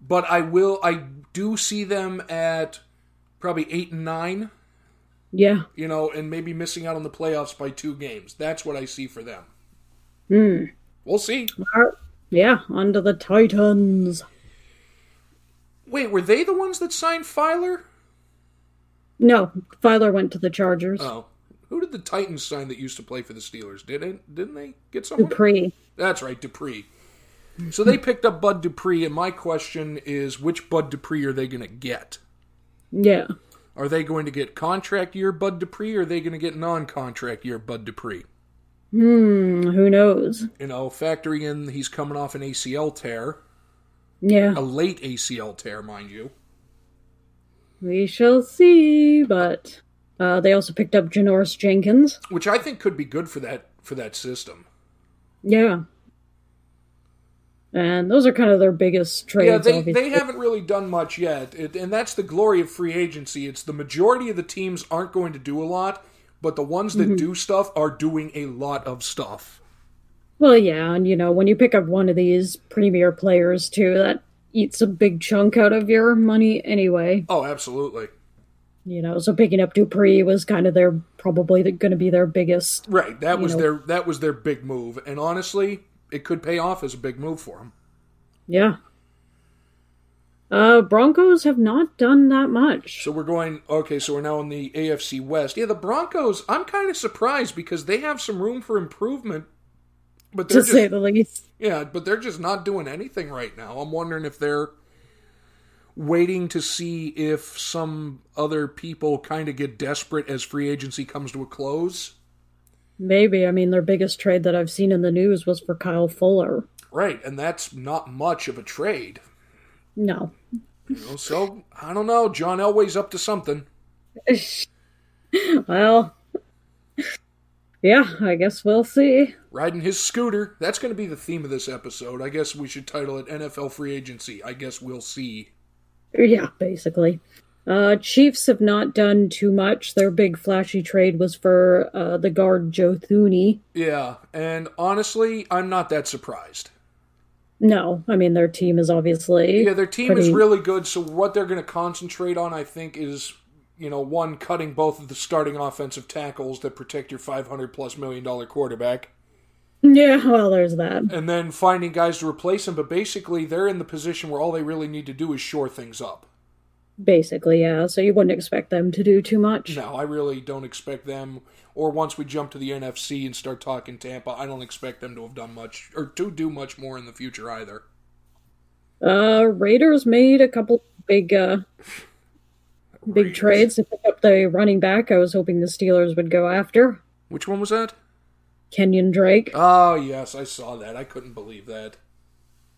S1: but I will. I do see them at probably eight and nine,
S2: Yeah.
S1: you know, and maybe missing out on the playoffs by two games. That's what I see for them. We'll see.
S2: Ar- hmm. Yeah, onto the Titans.
S1: Wait, were they the ones that signed Filer?
S2: No, Filer went to the Chargers.
S1: Oh, who did the Titans sign that used to play for the Steelers? Did it? Didn't they get someone?
S2: Dupree.
S1: That's right, Dupree. So they picked up Bud Dupree, and my question is which Bud Dupree are they going to get?
S2: Yeah.
S1: Are they going to get contract year Bud Dupree, or are they going to get non contract year Bud Dupree?
S2: Hmm, who knows?
S1: You know, factoring in he's coming off an ACL tear,
S2: Yeah.
S1: a late ACL tear, mind you.
S2: We shall see, but uh, they also picked up Janoris Jenkins.
S1: Which I think could be good for that for that system.
S2: Yeah. And those are kind of their biggest trades.
S1: Yeah, they,
S2: obviously.
S1: they haven't really done much yet, it, and that's the glory of free agency. It's the majority of the teams aren't going to do a lot, but the ones that do stuff are doing a lot of stuff.
S2: Well, yeah, and you know when you pick up one of these premier players too, that eats a big chunk out of your money anyway.
S1: Oh, absolutely.
S2: You know, so picking up Dupree was kind of their probably going to be their biggest.
S1: Right. That was
S2: know.
S1: their that was their big move, and honestly, it could pay off as a big move for them.
S2: Yeah. Uh, Broncos have not done that much.
S1: So we're going, okay, so we're now in the AFC West. Yeah, the Broncos, I'm kind of surprised because they have some room for improvement. But
S2: To
S1: they're
S2: say
S1: just,
S2: the least.
S1: yeah, but they're just not doing anything right now. I'm wondering if they're waiting to see if some other people kind of get desperate as free agency comes to a close.
S2: Maybe. I mean, their biggest trade that I've seen in the news was for Kyle Fuller.
S1: Right, and that's not much of a trade.
S2: No.
S1: You know, so I don't know. John Elway's up to something.
S2: well, yeah, I guess we'll see.
S1: riding his scooter. That's going to be the theme of this episode. I guess we should title it NFL Free Agency. I guess we'll see.
S2: Yeah, basically. Uh, Chiefs have not done too much. Their big flashy trade was for uh, the guard Joe Thuney.
S1: Yeah, and honestly, I'm not that surprised.
S2: No, I mean their team is obviously
S1: Yeah, their team is
S2: pretty-
S1: really good, so what they're going to concentrate on, I think, is you know one cutting both of the starting offensive tackles that protect your 500 plus million dollar quarterback,
S2: yeah. Well, there's that.
S1: and then finding guys to replace him. But basically, they're in the position where all they really need to do is shore things up.
S2: Basically, yeah. So you wouldn't expect them to do too much.
S1: No, I really don't expect them. Or once we jump to the NFC and start talking Tampa, I don't expect them to have done much or to do much more in the future either.
S2: Uh, Raiders made a couple big uh, big
S1: Raiders.
S2: trades to pick up the running back. I was hoping the Steelers would go after
S1: Which one was that?
S2: Kenyon Drake.
S1: Oh yes, I saw that. I couldn't believe that.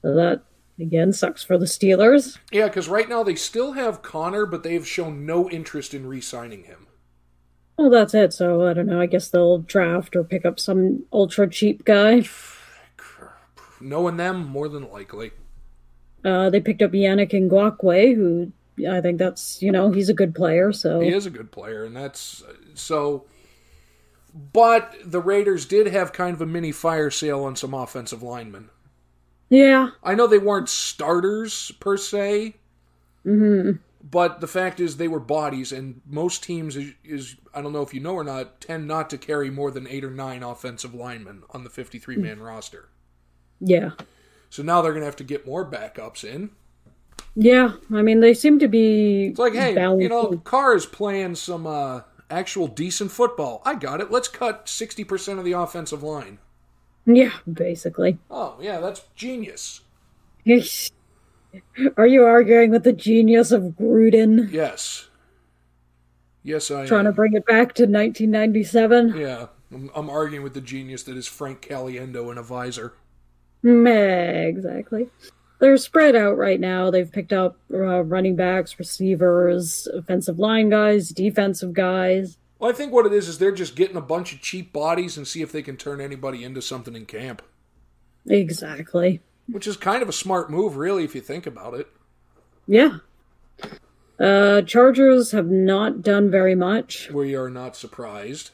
S2: So that again sucks for the Steelers.
S1: Yeah, because right now they still have Connor, but they have shown no interest in re-signing him.
S2: Well, that's it. So I don't know. I guess they'll draft or pick up some ultra cheap guy.
S1: Knowing them, more than likely.
S2: Uh, they picked up Yannick Ngakwe, who I think that's you know he's a good player. So
S1: He is a good player, and that's so. But the Raiders did have kind of a mini fire sale on some offensive linemen.
S2: yeah,
S1: I know they weren't starters per se,
S2: Mm-hmm.
S1: but the fact is they were bodies, and most teams is, is I don't know if you know or not tend not to carry more than eight or nine offensive linemen on the fifty-three
S2: Hmm.
S1: man roster.
S2: yeah,
S1: So now they're going to have to get more backups in.
S2: yeah. I mean, they seem to be
S1: It's like, hey, you know,
S2: balancing-
S1: Carr is playing some uh, actual decent football. I got it. Let's cut sixty percent of the offensive line.
S2: yeah, basically.
S1: Oh yeah, that's genius.
S2: Are you arguing with the genius of Gruden
S1: Yes, yes, I
S2: trying
S1: am.
S2: to bring it back to 1997?
S1: Yeah, I'm, I'm arguing with the genius that is Frank Caliendo and a visor.
S2: Meh, exactly. They're spread out right now. They've picked up uh, running backs, receivers, offensive line guys, defensive guys.
S1: Well, I think what it is is they're just getting a bunch of cheap bodies and see if they can turn anybody into something in camp,
S2: Exactly.
S1: which is kind of a smart move, really, if you think about it.
S2: Yeah. Uh, Chargers have not done very much.
S1: We are not surprised.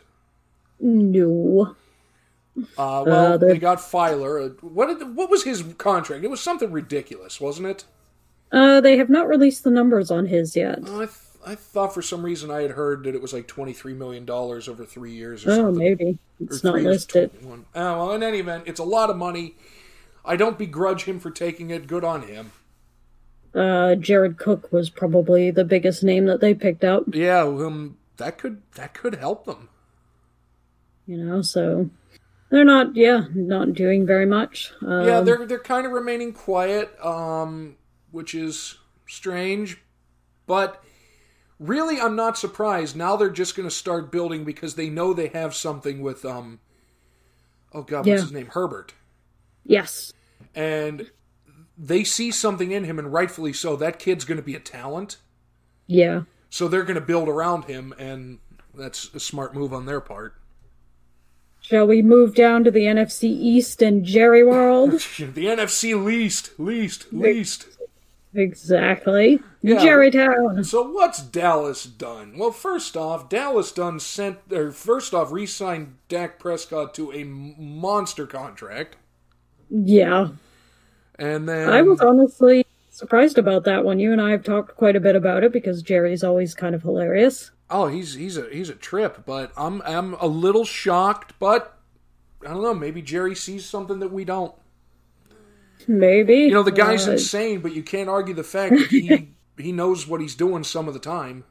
S2: No.
S1: Uh, well,
S2: Uh, they're-
S1: they got Filer. Uh, What did, what was his contract? It was something ridiculous, wasn't it?
S2: Uh, they have not released the numbers on his yet.
S1: I th- I thought for some reason I had heard that it was like twenty three million dollars over three years or
S2: Oh,
S1: something.
S2: maybe. It's not
S1: Three was
S2: listed.
S1: 21. Oh, well, in any event, it's a lot of money. I don't begrudge him for taking it. Good on him.
S2: Uh, Jared Cook was probably the biggest name that they picked up,
S1: Yeah, um, that could that could help them.
S2: you know, so they're not, yeah, not doing very much. Um,
S1: yeah, they're they're kind of remaining quiet, um, which is strange, but really, I'm not surprised. Now they're just going to start building because they know they have something with um. Oh God, what's
S2: Yeah.
S1: his name? Herbert,
S2: Yes.
S1: and they see something in him, and rightfully so. That kid's going to be a talent.
S2: Yeah.
S1: So they're going to build around him, and that's a smart move on their part.
S2: Shall we move down to the NFC East and Jerry World?
S1: The NFC least, least, least.
S2: exactly.
S1: Yeah.
S2: Jerry Town.
S1: So what's Dallas done? Well, first off, Dallas done sent or first off re-signed Dak Prescott to a m- monster contract,
S2: Yeah.
S1: and then
S2: I was honestly surprised about that one. You and I have talked quite a bit about it because Jerry's always kind of hilarious.
S1: oh he's he's a he's a trip, but I'm I'm a little shocked, but I don't know maybe Jerry sees something that we don't.
S2: Maybe.
S1: You know, the guy's
S2: Uh,
S1: insane, but you can't argue the fact that he he knows what he's doing some of the time.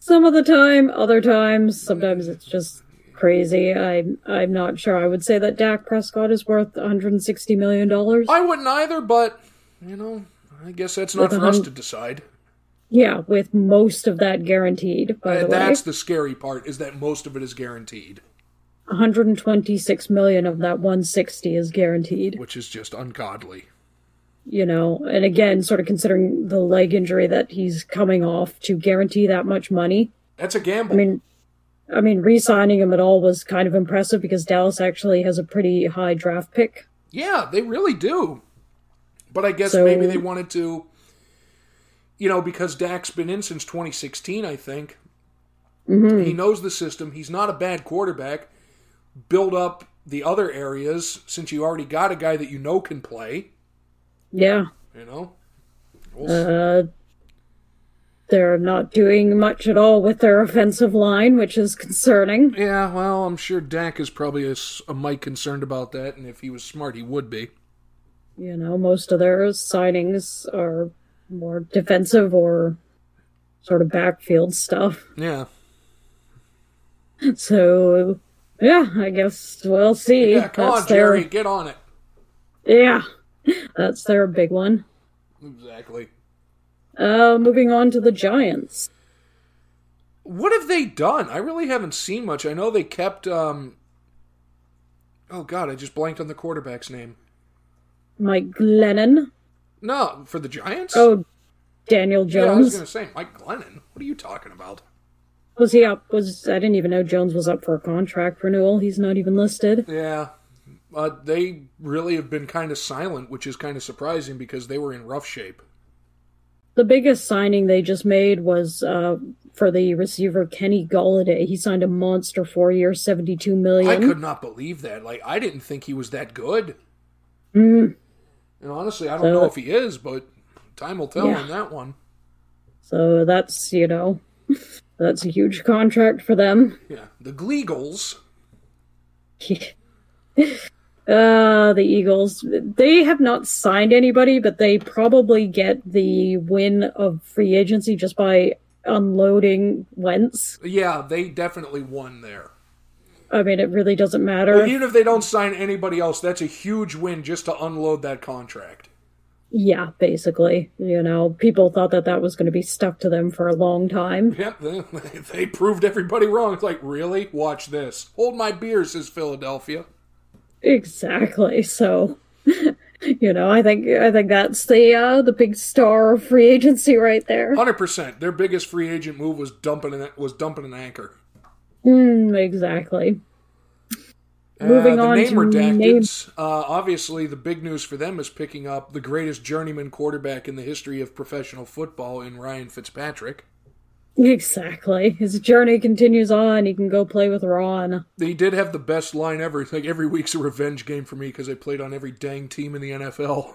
S2: some of the time, other times, sometimes it's just crazy. I'm I'm not sure. I would say that Dak Prescott is worth 160 million dollars.
S1: I wouldn't either, but you know, I guess that's not
S2: With a
S1: for us
S2: hun-
S1: to decide.
S2: Yeah, with most of that guaranteed. By the
S1: And
S2: way,
S1: that's the scary part is that most of it is guaranteed,
S2: 126 million of that 160 is guaranteed.
S1: which is just ungodly.
S2: You know, and again, sort of considering the leg injury that he's coming off to guarantee that much money.
S1: That's a gamble.
S2: I mean, I mean, re-signing him at all was kind of impressive because Dallas actually has a pretty high draft pick.
S1: Yeah, they really do. But I guess
S2: So-
S1: maybe they wanted to, you know, because Dak's been in since 2016, I think.
S2: Mm-hmm.
S1: He knows the system. He's not a bad quarterback. Build up the other areas since you already got a guy that you know can play,
S2: Yeah,
S1: you know? We'll s-
S2: uh, they're not doing much at all with their offensive line, which is concerning.
S1: yeah, well, I'm sure Dak is probably a, s- a mite concerned about that, and if he was smart, he would be.
S2: You know, most of their signings are more defensive or sort of backfield stuff.
S1: Yeah.
S2: So, yeah, I guess we'll see.
S1: Yeah, come on,
S2: their,
S1: Jerry, get on it.
S2: Yeah, that's their big one.
S1: Exactly.
S2: Uh, moving on to the Giants.
S1: What have they done? I really haven't seen much. I know they kept um Oh god, I just blanked on the quarterback's name.
S2: Mike Glennon.
S1: No, for the Giants?
S2: Oh, Daniel
S1: yeah, I was
S2: Jones.
S1: gonna say Mike Glennon. What are you talking about?
S2: Was he up? Was I didn't even know Jones was up for a contract renewal. He's not even listed.
S1: Yeah. Uh, they really have been kind of silent, which is kind of surprising because they were in rough shape.
S2: The biggest signing they just made was uh, for the receiver Kenny Galladay. He signed a monster four-year, seventy-two
S1: I
S2: million.
S1: could not believe that. Like, I didn't think he was that good.
S2: Mm.
S1: And honestly, I don't
S2: So- uh,
S1: know if he is, but time will tell
S2: Yeah.
S1: on that one.
S2: So that's you know, that's a huge contract for them.
S1: Yeah. The Gleagles.
S2: uh, the Eagles. They have not signed anybody, but they probably get the win of free agency just by unloading Wentz.
S1: Yeah, they definitely won there.
S2: I mean, it really doesn't matter.
S1: Well, even if they don't sign anybody else, that's a huge win just to unload that contract.
S2: Yeah, basically. You know, people thought that that was going to be stuck to them for a long time.
S1: Yep, they, they proved everybody wrong. It's like, really? Watch this. Hold my beer, says Philadelphia.
S2: Exactly. So, you know, I think I think that's the uh, the big star of free agency right there.
S1: Hundred percent. Their biggest free agent move was dumping an, was dumping an anchor.
S2: Mm, exactly.
S1: Uh,
S2: Moving
S1: the
S2: on
S1: name
S2: to
S1: redacted. Uh, obviously, the big news for them is picking up the greatest journeyman quarterback in the history of professional football in Ryan Fitzpatrick.
S2: Exactly. His journey continues on. He can go play with Ron.
S1: They did have the best line ever. Like every week's a revenge game for me because I played on every dang team in the NFL.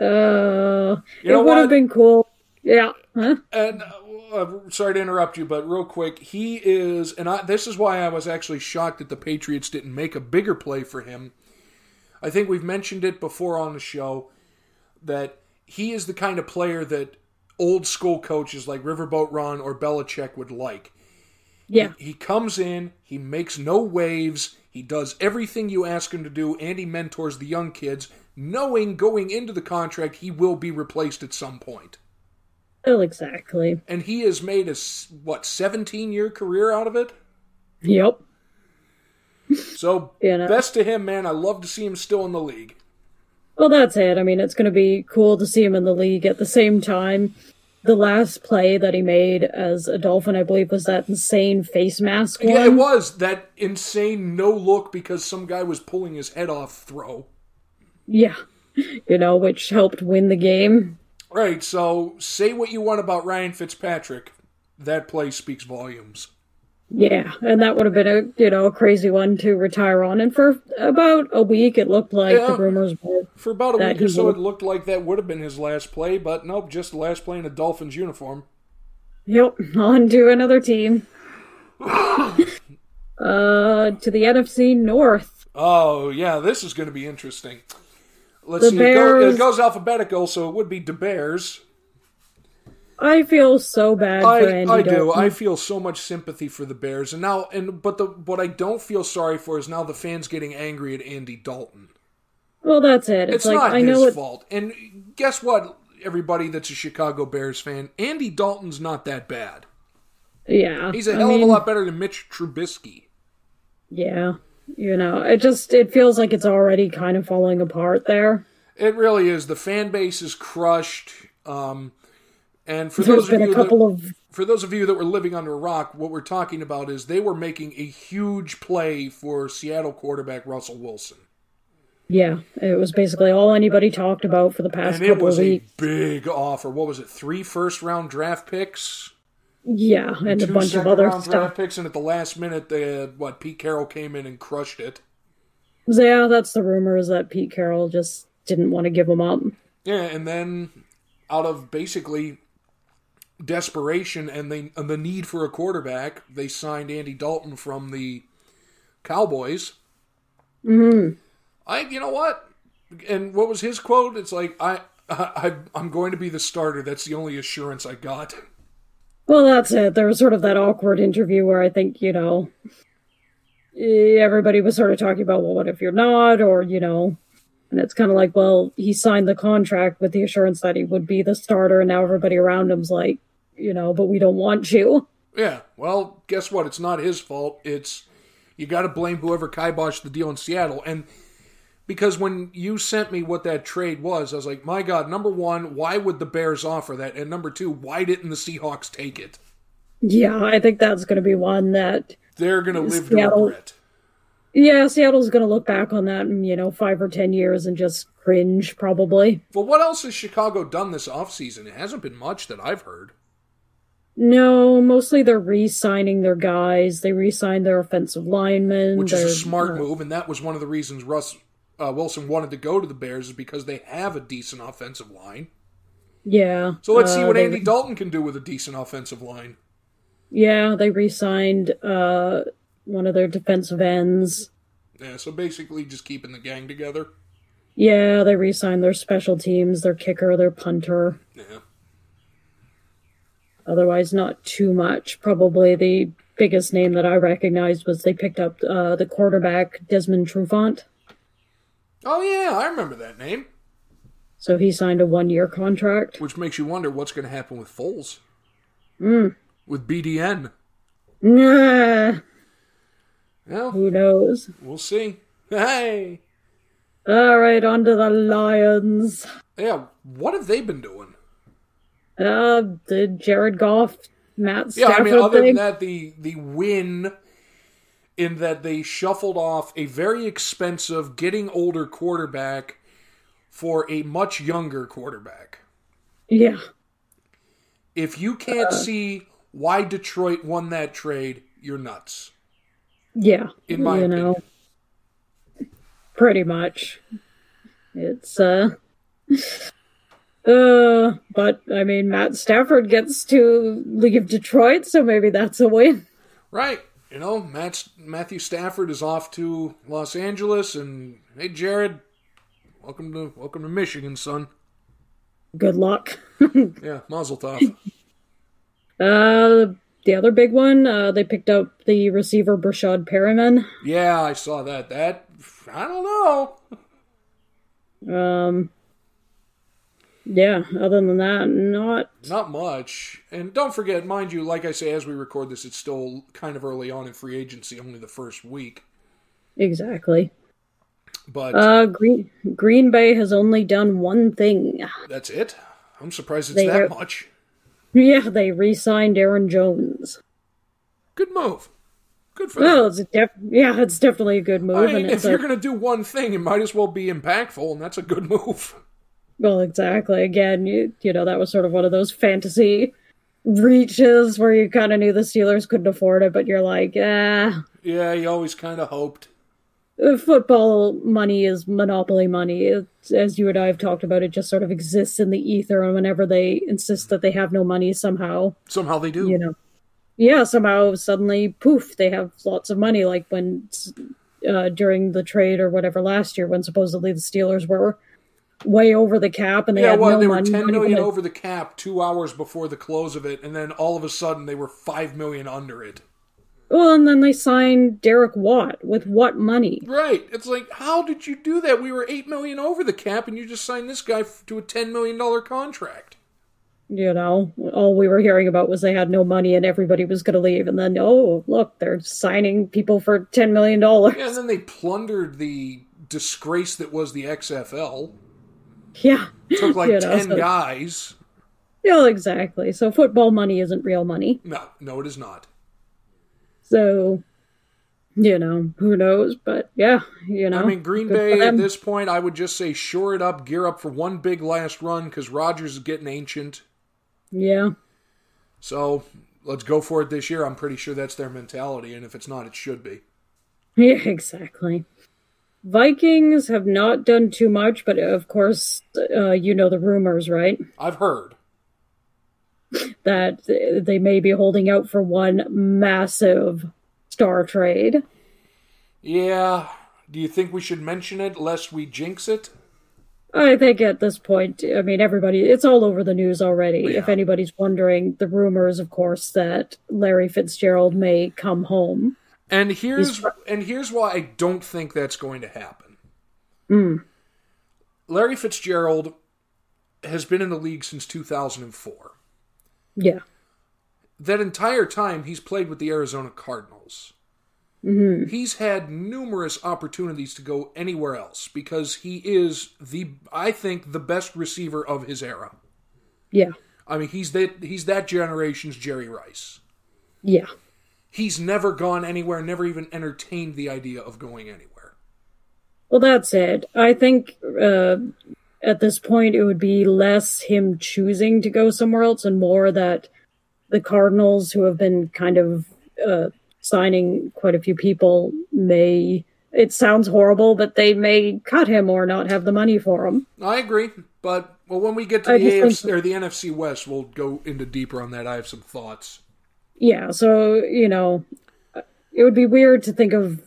S2: Uh,
S1: know
S2: it would
S1: what?
S2: have been cool. Yeah. Huh?
S1: And uh, uh, sorry to interrupt you, but real quick, he is, and I, this is why I was actually shocked that the Patriots didn't make a bigger play for him. I think we've mentioned it before on the show that he is the kind of player that old school coaches like Riverboat Ron or Belichick would like.
S2: Yeah.
S1: He comes in, he makes no waves, he does everything you ask him to do, and he mentors the young kids, knowing going into the contract he will be replaced at some point
S2: Well, exactly.
S1: and he has made a s- what 17 year career out of it
S2: Yep.
S1: so
S2: You know.
S1: best to him man i love to see him still in the league
S2: Well, that's it. I mean, it's going to be cool to see him in the league at the same time. The last play that he made as a Dolphin, I believe, was that insane face mask one.
S1: yeah it was that insane no look because some guy was pulling his head off throw
S2: Yeah. You know, which helped win the game.
S1: right so say what you want about ryan fitzpatrick that play speaks volumes
S2: Yeah, and that would have been a you know a crazy one to retire on. And for about a week, it looked like
S1: Yeah.
S2: the rumors were
S1: for about a
S2: That
S1: week or
S2: he
S1: so
S2: would.
S1: it looked like that would have been his last play but nope just the last play in a dolphins uniform
S2: Yep, on to another team. uh, to the NFC North.
S1: oh yeah this is going to be interesting Let's
S2: The
S1: see. it go-
S2: Bears-
S1: it goes alphabetical, so it would be the Bears.
S2: I feel so bad for
S1: I,
S2: Andy.
S1: I do.
S2: Dalton.
S1: I feel so much sympathy for the Bears, and now and but the what I don't feel sorry for is now the fans getting angry at Andy Dalton.
S2: well, that's it. It's,
S1: It's
S2: like
S1: not
S2: I
S1: his
S2: know it.
S1: fault. And guess what, everybody that's a Chicago Bears fan, Andy Dalton's not that bad.
S2: Yeah,
S1: He's a
S2: I
S1: hell of
S2: mean,
S1: a lot better than Mitch Trubisky.
S2: Yeah, you know, it just it feels like it's already kind of falling apart there.
S1: It really is. The fan base is crushed. Um, and for
S2: There's
S1: those of
S2: been
S1: you
S2: a
S1: that,
S2: couple of
S1: for those of you that were living under a rock, what we're talking about is they were making a huge play for Seattle quarterback Russell Wilson.
S2: yeah. It was basically all anybody talked about for the past
S1: And it
S2: couple of
S1: was a
S2: weeks.
S1: big offer. What was it? Three first round draft picks,
S2: Yeah, and a
S1: two
S2: bunch of
S1: second
S2: other
S1: round
S2: stuff.
S1: draft picks, and at the last minute, they had what? Pete Carroll came in and crushed it.
S2: Yeah, that's the rumor is that Pete Carroll just didn't want to give him up.
S1: Yeah, and then out of basically desperation and the and the need for a quarterback, they signed Andy Dalton from the Cowboys.
S2: Mm-hmm.
S1: I you know what? And what was his quote? It's like I, I I'm going to be the starter. That's the only assurance I got.
S2: Well, that's it. There was sort of that awkward interview where I think, you know, eh, everybody was sort of talking about, well, what if you're not? Or, you know, and it's kind of like, well, he signed the contract with the assurance that he would be the starter, and now everybody around him's like, you know, but we don't want you.
S1: Yeah. Well, guess what? It's not his fault. It's you got to blame whoever kiboshed the deal in Seattle. And because when you sent me what that trade was, I was like, my God, number one, why would the Bears offer that? And number two, why didn't the Seahawks take it?
S2: Yeah, I think that's going to be one that,
S1: They're going to live to
S2: Seattle-
S1: regret.
S2: yeah, Seattle's going to look back on that in, you know, five or 10 years and just cringe, probably.
S1: Well, what else has Chicago done this offseason? It hasn't been much that I've heard.
S2: No, mostly they're re signing their guys. They re signed their offensive linemen.
S1: which is a
S2: They're-
S1: smart move, and that was one of the reasons Russ uh, Wilson wanted to go to the Bears is because they have a decent offensive line.
S2: Yeah.
S1: So let's see
S2: Uh,
S1: what
S2: they-
S1: Andy Dalton can do with a decent offensive line.
S2: Yeah, they re-signed uh, one of their defensive ends.
S1: Yeah, so basically just keeping the gang together.
S2: Yeah, they re-signed their special teams, their kicker, their punter.
S1: Yeah.
S2: Otherwise, not too much. Probably the biggest name that I recognized was they picked up uh, the quarterback Desmond Trufant.
S1: Oh yeah, I remember that name.
S2: So he signed a one-year contract.
S1: Which makes you wonder what's going to happen with Foles. Mm. With BDN.
S2: Mm. Nah,
S1: Well,
S2: who knows?
S1: we'll see. Hey.
S2: All right, on to the Lions.
S1: Yeah, what have they been doing?
S2: Uh, the Jared Goff, Matt
S1: Yeah,
S2: Stafford
S1: I mean, other
S2: thing.
S1: than that, the the win in that they shuffled off a very expensive, getting older quarterback for a much younger quarterback.
S2: yeah,
S1: If you can't see why Detroit won that trade, you're nuts.
S2: Yeah.
S1: In my
S2: you
S1: opinion.
S2: know. Pretty much. It's uh uh but I mean Matt Stafford gets to leave Detroit, so maybe that's a win.
S1: Right. You know, Matt, Matthew Stafford is off to Los Angeles, and hey, Jared, welcome to welcome to Michigan, son.
S2: Good luck.
S1: Yeah, Mazel Tov.
S2: Uh the other big one, uh they picked up the receiver Brashad Perriman.
S1: yeah, I saw that. That I don't know.
S2: Um yeah, other than that, not
S1: Not much. And don't forget, mind you, like I say, as we record this, it's still kind of early on in free agency, only the first week.
S2: exactly.
S1: But
S2: Uh Green Green Bay has only done one thing.
S1: that's it. I'm surprised it's
S2: They
S1: that
S2: are-
S1: much.
S2: Yeah, they re-signed Aaron Jones.
S1: Good move. Good for them.
S2: Well, it's def- yeah, it's definitely a good move,
S1: I mean,
S2: and
S1: if
S2: it's
S1: you're
S2: a-
S1: going to do one thing, it might as well be impactful, and that's a good move.
S2: well, exactly. Again, you you know that was sort of one of those fantasy reaches where you kind of knew the Steelers couldn't afford it, but you're like, ah,
S1: Yeah, you always kind of hoped.
S2: football money is monopoly money. It's, as you and I have talked about, it just sort of exists in the ether, and whenever they insist that they have no money, somehow
S1: Somehow they do.
S2: you know yeah somehow suddenly poof they have lots of money like when uh during the trade or whatever last year when supposedly the steelers were way over the cap and they
S1: yeah,
S2: had
S1: well,
S2: no
S1: they were
S2: money.
S1: ten
S2: not even
S1: million
S2: a-
S1: over the cap two hours before the close of it, and then all of a sudden they were five million under it.
S2: Well, and then they signed Derek Watt with what money?
S1: Right? It's like, how did you do that? We were eight million over the cap, and you just signed this guy f- to a ten million dollar contract.
S2: You know, all we were hearing about was they had no money and everybody was going to leave. And then, oh, look, they're signing people for $10 million.
S1: Yeah, and then they plundered the disgrace that was the XFL.
S2: Yeah.
S1: Took like
S2: You know,
S1: ten
S2: so-
S1: guys.
S2: Yeah, exactly. So football money isn't real money.
S1: No, no, it is not.
S2: So, you know, who knows? But yeah, you know.
S1: I mean, Green
S2: good for
S1: Bay at
S2: them.
S1: this point, I would just say shore it up, gear up for one big last run because Rodgers is getting ancient.
S2: Yeah.
S1: So let's go for it this year. I'm pretty sure that's their mentality, and if it's not, it should be.
S2: Yeah, exactly. Vikings have not done too much, but of course, uh, you know the rumors, right?
S1: I've heard.
S2: That they may be holding out for one massive star trade.
S1: Yeah. Do you think we should mention it lest we jinx it?
S2: I think at this point, I mean, everybody, it's all over the news already. If
S1: Yeah.
S2: anybody's wondering, the rumors, of course, that Larry Fitzgerald may come home.
S1: And here's and here's why I don't think that's going to happen.
S2: Hmm.
S1: Larry Fitzgerald has been in the league since 2004.
S2: Yeah.
S1: that entire time he's played with the Arizona Cardinals. He's had numerous opportunities to go anywhere else because he is the I think the best receiver of his era.
S2: Yeah.
S1: I mean, he's that he's that generation's Jerry Rice.
S2: Yeah.
S1: He's never gone anywhere, never even entertained the idea of going anywhere.
S2: Well, that's it. I think uh, at this point, it would be less him choosing to go somewhere else and more that the Cardinals, who have been kind of uh, signing quite a few people, may. It sounds horrible, but they may cut him or not have the money for him.
S1: I agree, but well, when we get to
S2: I
S1: the AFC
S2: just think-
S1: or the NFC West, we'll go into deeper on that. I have some thoughts.
S2: Yeah, so you know, it would be weird to think of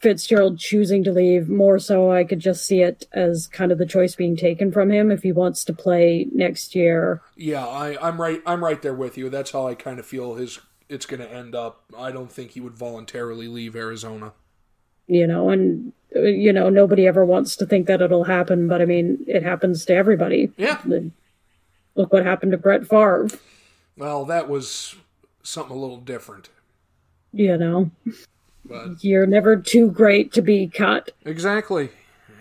S2: Fitzgerald choosing to leave. More so, I could just see it as kind of the choice being taken from him if he wants to play next year.
S1: Yeah, I, I'm right. I'm right there with you. That's how I kind of feel his. It's going to end up. I don't think he would voluntarily leave Arizona.
S2: You know, and uh, you know, nobody ever wants to think that it'll happen, but I mean, it happens to everybody.
S1: Yeah.
S2: Look what happened to Brett Favre.
S1: Well, that was something a little different.
S2: You know,
S1: But
S2: you're never too great to be cut
S1: exactly,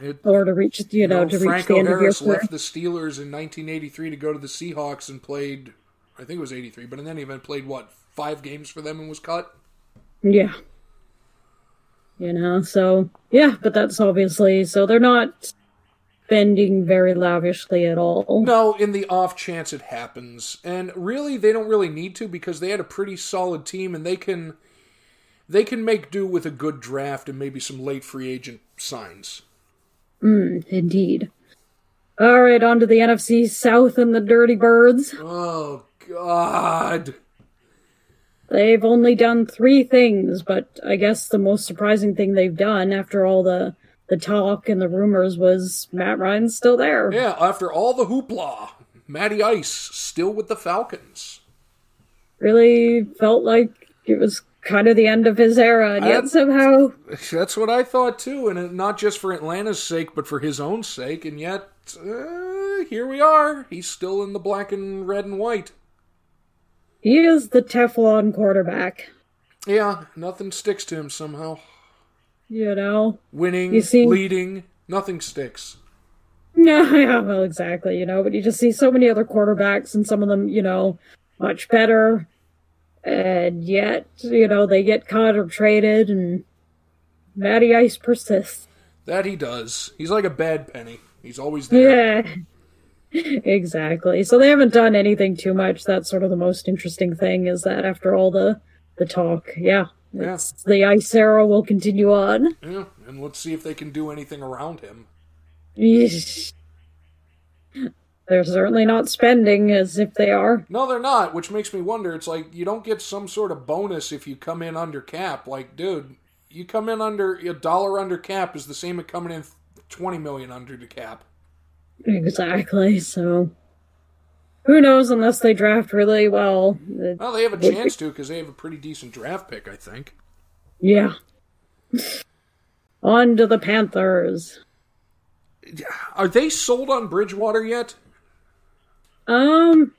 S1: it,
S2: or to reach, you, know, to reach the
S1: Franco
S2: end
S1: Harris
S2: of your career.
S1: left the Steelers in 1983 to go to the Seahawks and played. I think it was 83, but in any event, played what five games for them and was cut.
S2: Yeah. You know, so yeah, but that's obviously so they're not spending very lavishly at all.
S1: No, in the off chance it happens. And really they don't really need to because they had a pretty solid team and they can they can make do with a good draft and maybe some late free agent signs.
S2: Hmm, Indeed. All right, on to the NFC South and the Dirty Birds.
S1: Oh god.
S2: They've only done three things, but I guess the most surprising thing they've done after all the the talk and the rumors was Matt Ryan's still there.
S1: Yeah, after all the hoopla, Matty Ice still with the Falcons.
S2: Really felt like it was kind of the end of his era, and yet
S1: I-
S2: somehow
S1: That's what I thought too, and it- not just for Atlanta's sake, but for his own sake, and yet uh, here we are. He's still in the black and red and white.
S2: he is the Teflon quarterback.
S1: Yeah, nothing sticks to him somehow.
S2: You know?
S1: winning,
S2: You see-
S1: leading, nothing sticks.
S2: No, yeah, well, exactly. You know, but you just see so many other quarterbacks, and some of them, you know, much better, and yet, you know, they get caught or traded, and Matty Ice persists.
S1: That he does. He's like a bad penny. He's always there.
S2: Yeah, exactly. So they haven't done anything too much. That's sort of the most interesting thing is that after all the the talk, yeah,
S1: Yeah.
S2: it's, the Ice era will continue on.
S1: Yeah, And let's see if they can do anything around him.
S2: Yeesh. They're certainly not spending as if they are.
S1: No, they're not, which makes me wonder. It's like you don't get some sort of bonus if you come in under cap. Like, dude, you come in under a dollar under cap is the same as coming in 20 million under the cap.
S2: Exactly. So who knows unless they draft really well. It-
S1: Well, they have a
S2: Would
S1: chance to because they have a pretty decent draft pick, I think.
S2: yeah. On to the Panthers.
S1: Are they sold on Bridgewater yet?
S2: Um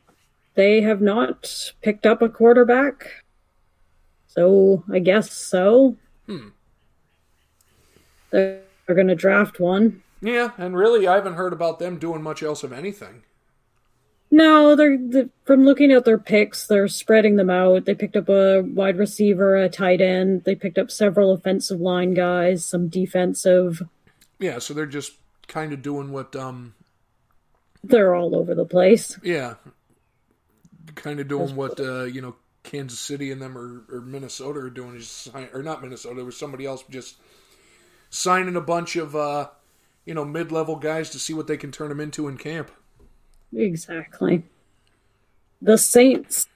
S2: they have not picked up a quarterback. So I guess so. They're, they're gonna draft one.
S1: Yeah, and really, I haven't heard about them doing much else of anything.
S2: No, they're the, from looking at their picks, they're spreading them out. They picked up a wide receiver, a tight end. They picked up several offensive line guys, some defensive.
S1: Yeah, so they're just kind of doing what, um,
S2: They're all over the place.
S1: yeah, kind of doing what, uh, you know, Kansas City and them or, or Minnesota are doing, is sign, or not Minnesota, it was somebody else just signing a bunch of, uh, you know, mid level guys to see what they can turn them into in camp.
S2: Exactly. The Saints.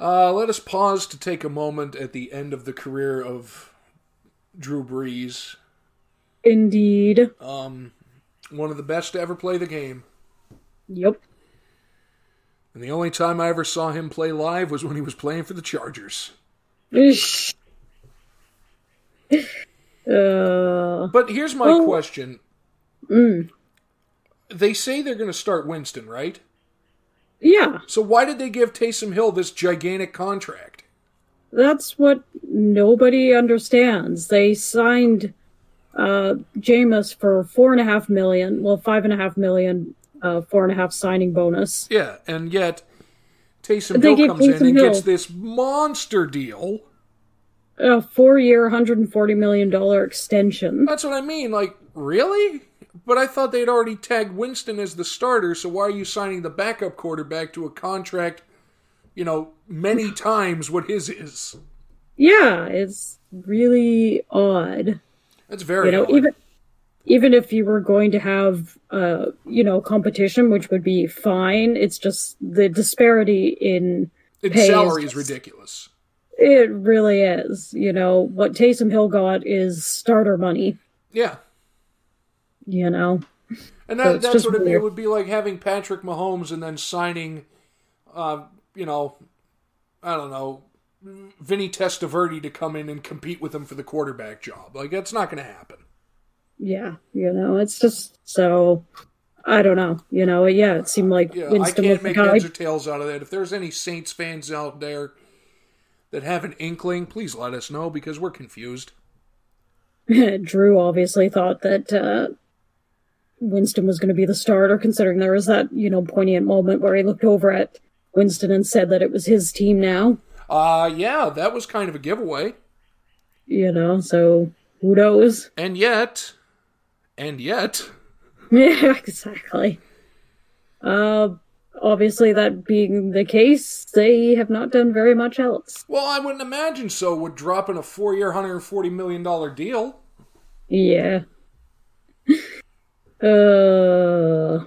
S1: Uh, let us pause to take a moment at the end of the career of Drew Brees,
S2: Indeed.
S1: um, one of the best to ever play the game.
S2: Yep.
S1: And the only time I ever saw him play live was when he was playing for the Chargers.
S2: Ish. Uh,
S1: But here's my
S2: Well- mm.
S1: question. They say they're going to start Winston, right?
S2: yeah,
S1: So why did they give Taysom Hill this gigantic contract?
S2: that's what nobody understands. They signed uh Jameis for four and a half million, well five and a half million, uh four and a half signing bonus.
S1: Yeah, and yet Taysom
S2: They
S1: Hill
S2: gave
S1: comes in
S2: Taysom
S1: and
S2: Hill-
S1: gets this monster deal.
S2: A four year hundred and forty million dollar extension.
S1: That's what I mean. Like, really? But I thought they'd already tagged Winston as the starter, so why are you signing the backup quarterback to a contract, you know, many times what his is?
S2: Yeah, it's really odd.
S1: That's very
S2: You know,
S1: odd.
S2: even even if you were going to have uh you know competition, which would be fine, it's just the disparity in
S1: Its
S2: pay is
S1: salary is
S2: just-
S1: ridiculous.
S2: It really is. You know, what Taysom Hill got is starter money,
S1: Yeah.
S2: you know?
S1: And
S2: So
S1: that,
S2: it's
S1: that's
S2: just
S1: what it, it
S2: weird.
S1: would be like having Patrick Mahomes and then signing, uh, you know, I don't know, Vinny Testaverde to come in and compete with him for the quarterback job. Like, that's not going to happen.
S2: Yeah, you know, it's just so. I don't know. You know, yeah, it seemed like
S1: Yeah,
S2: Winston
S1: I
S2: was
S1: can't
S2: the
S1: make
S2: guy.
S1: heads or tails out of that. If there's any Saints fans out there that have an inkling, please let us know because we're confused.
S2: Drew obviously thought that uh, Winston was going to be the starter, considering there was that, you know, poignant moment where he looked over at Winston and said that it was his team now,
S1: Uh yeah, that was kind of a giveaway.
S2: you know, so who knows?
S1: And yet and yet
S2: Yeah, exactly. Uh, obviously, that being the case, they have not done very much else.
S1: well, I wouldn't imagine so would drop in a four year hundred and forty million dollar deal.
S2: Yeah. Uh,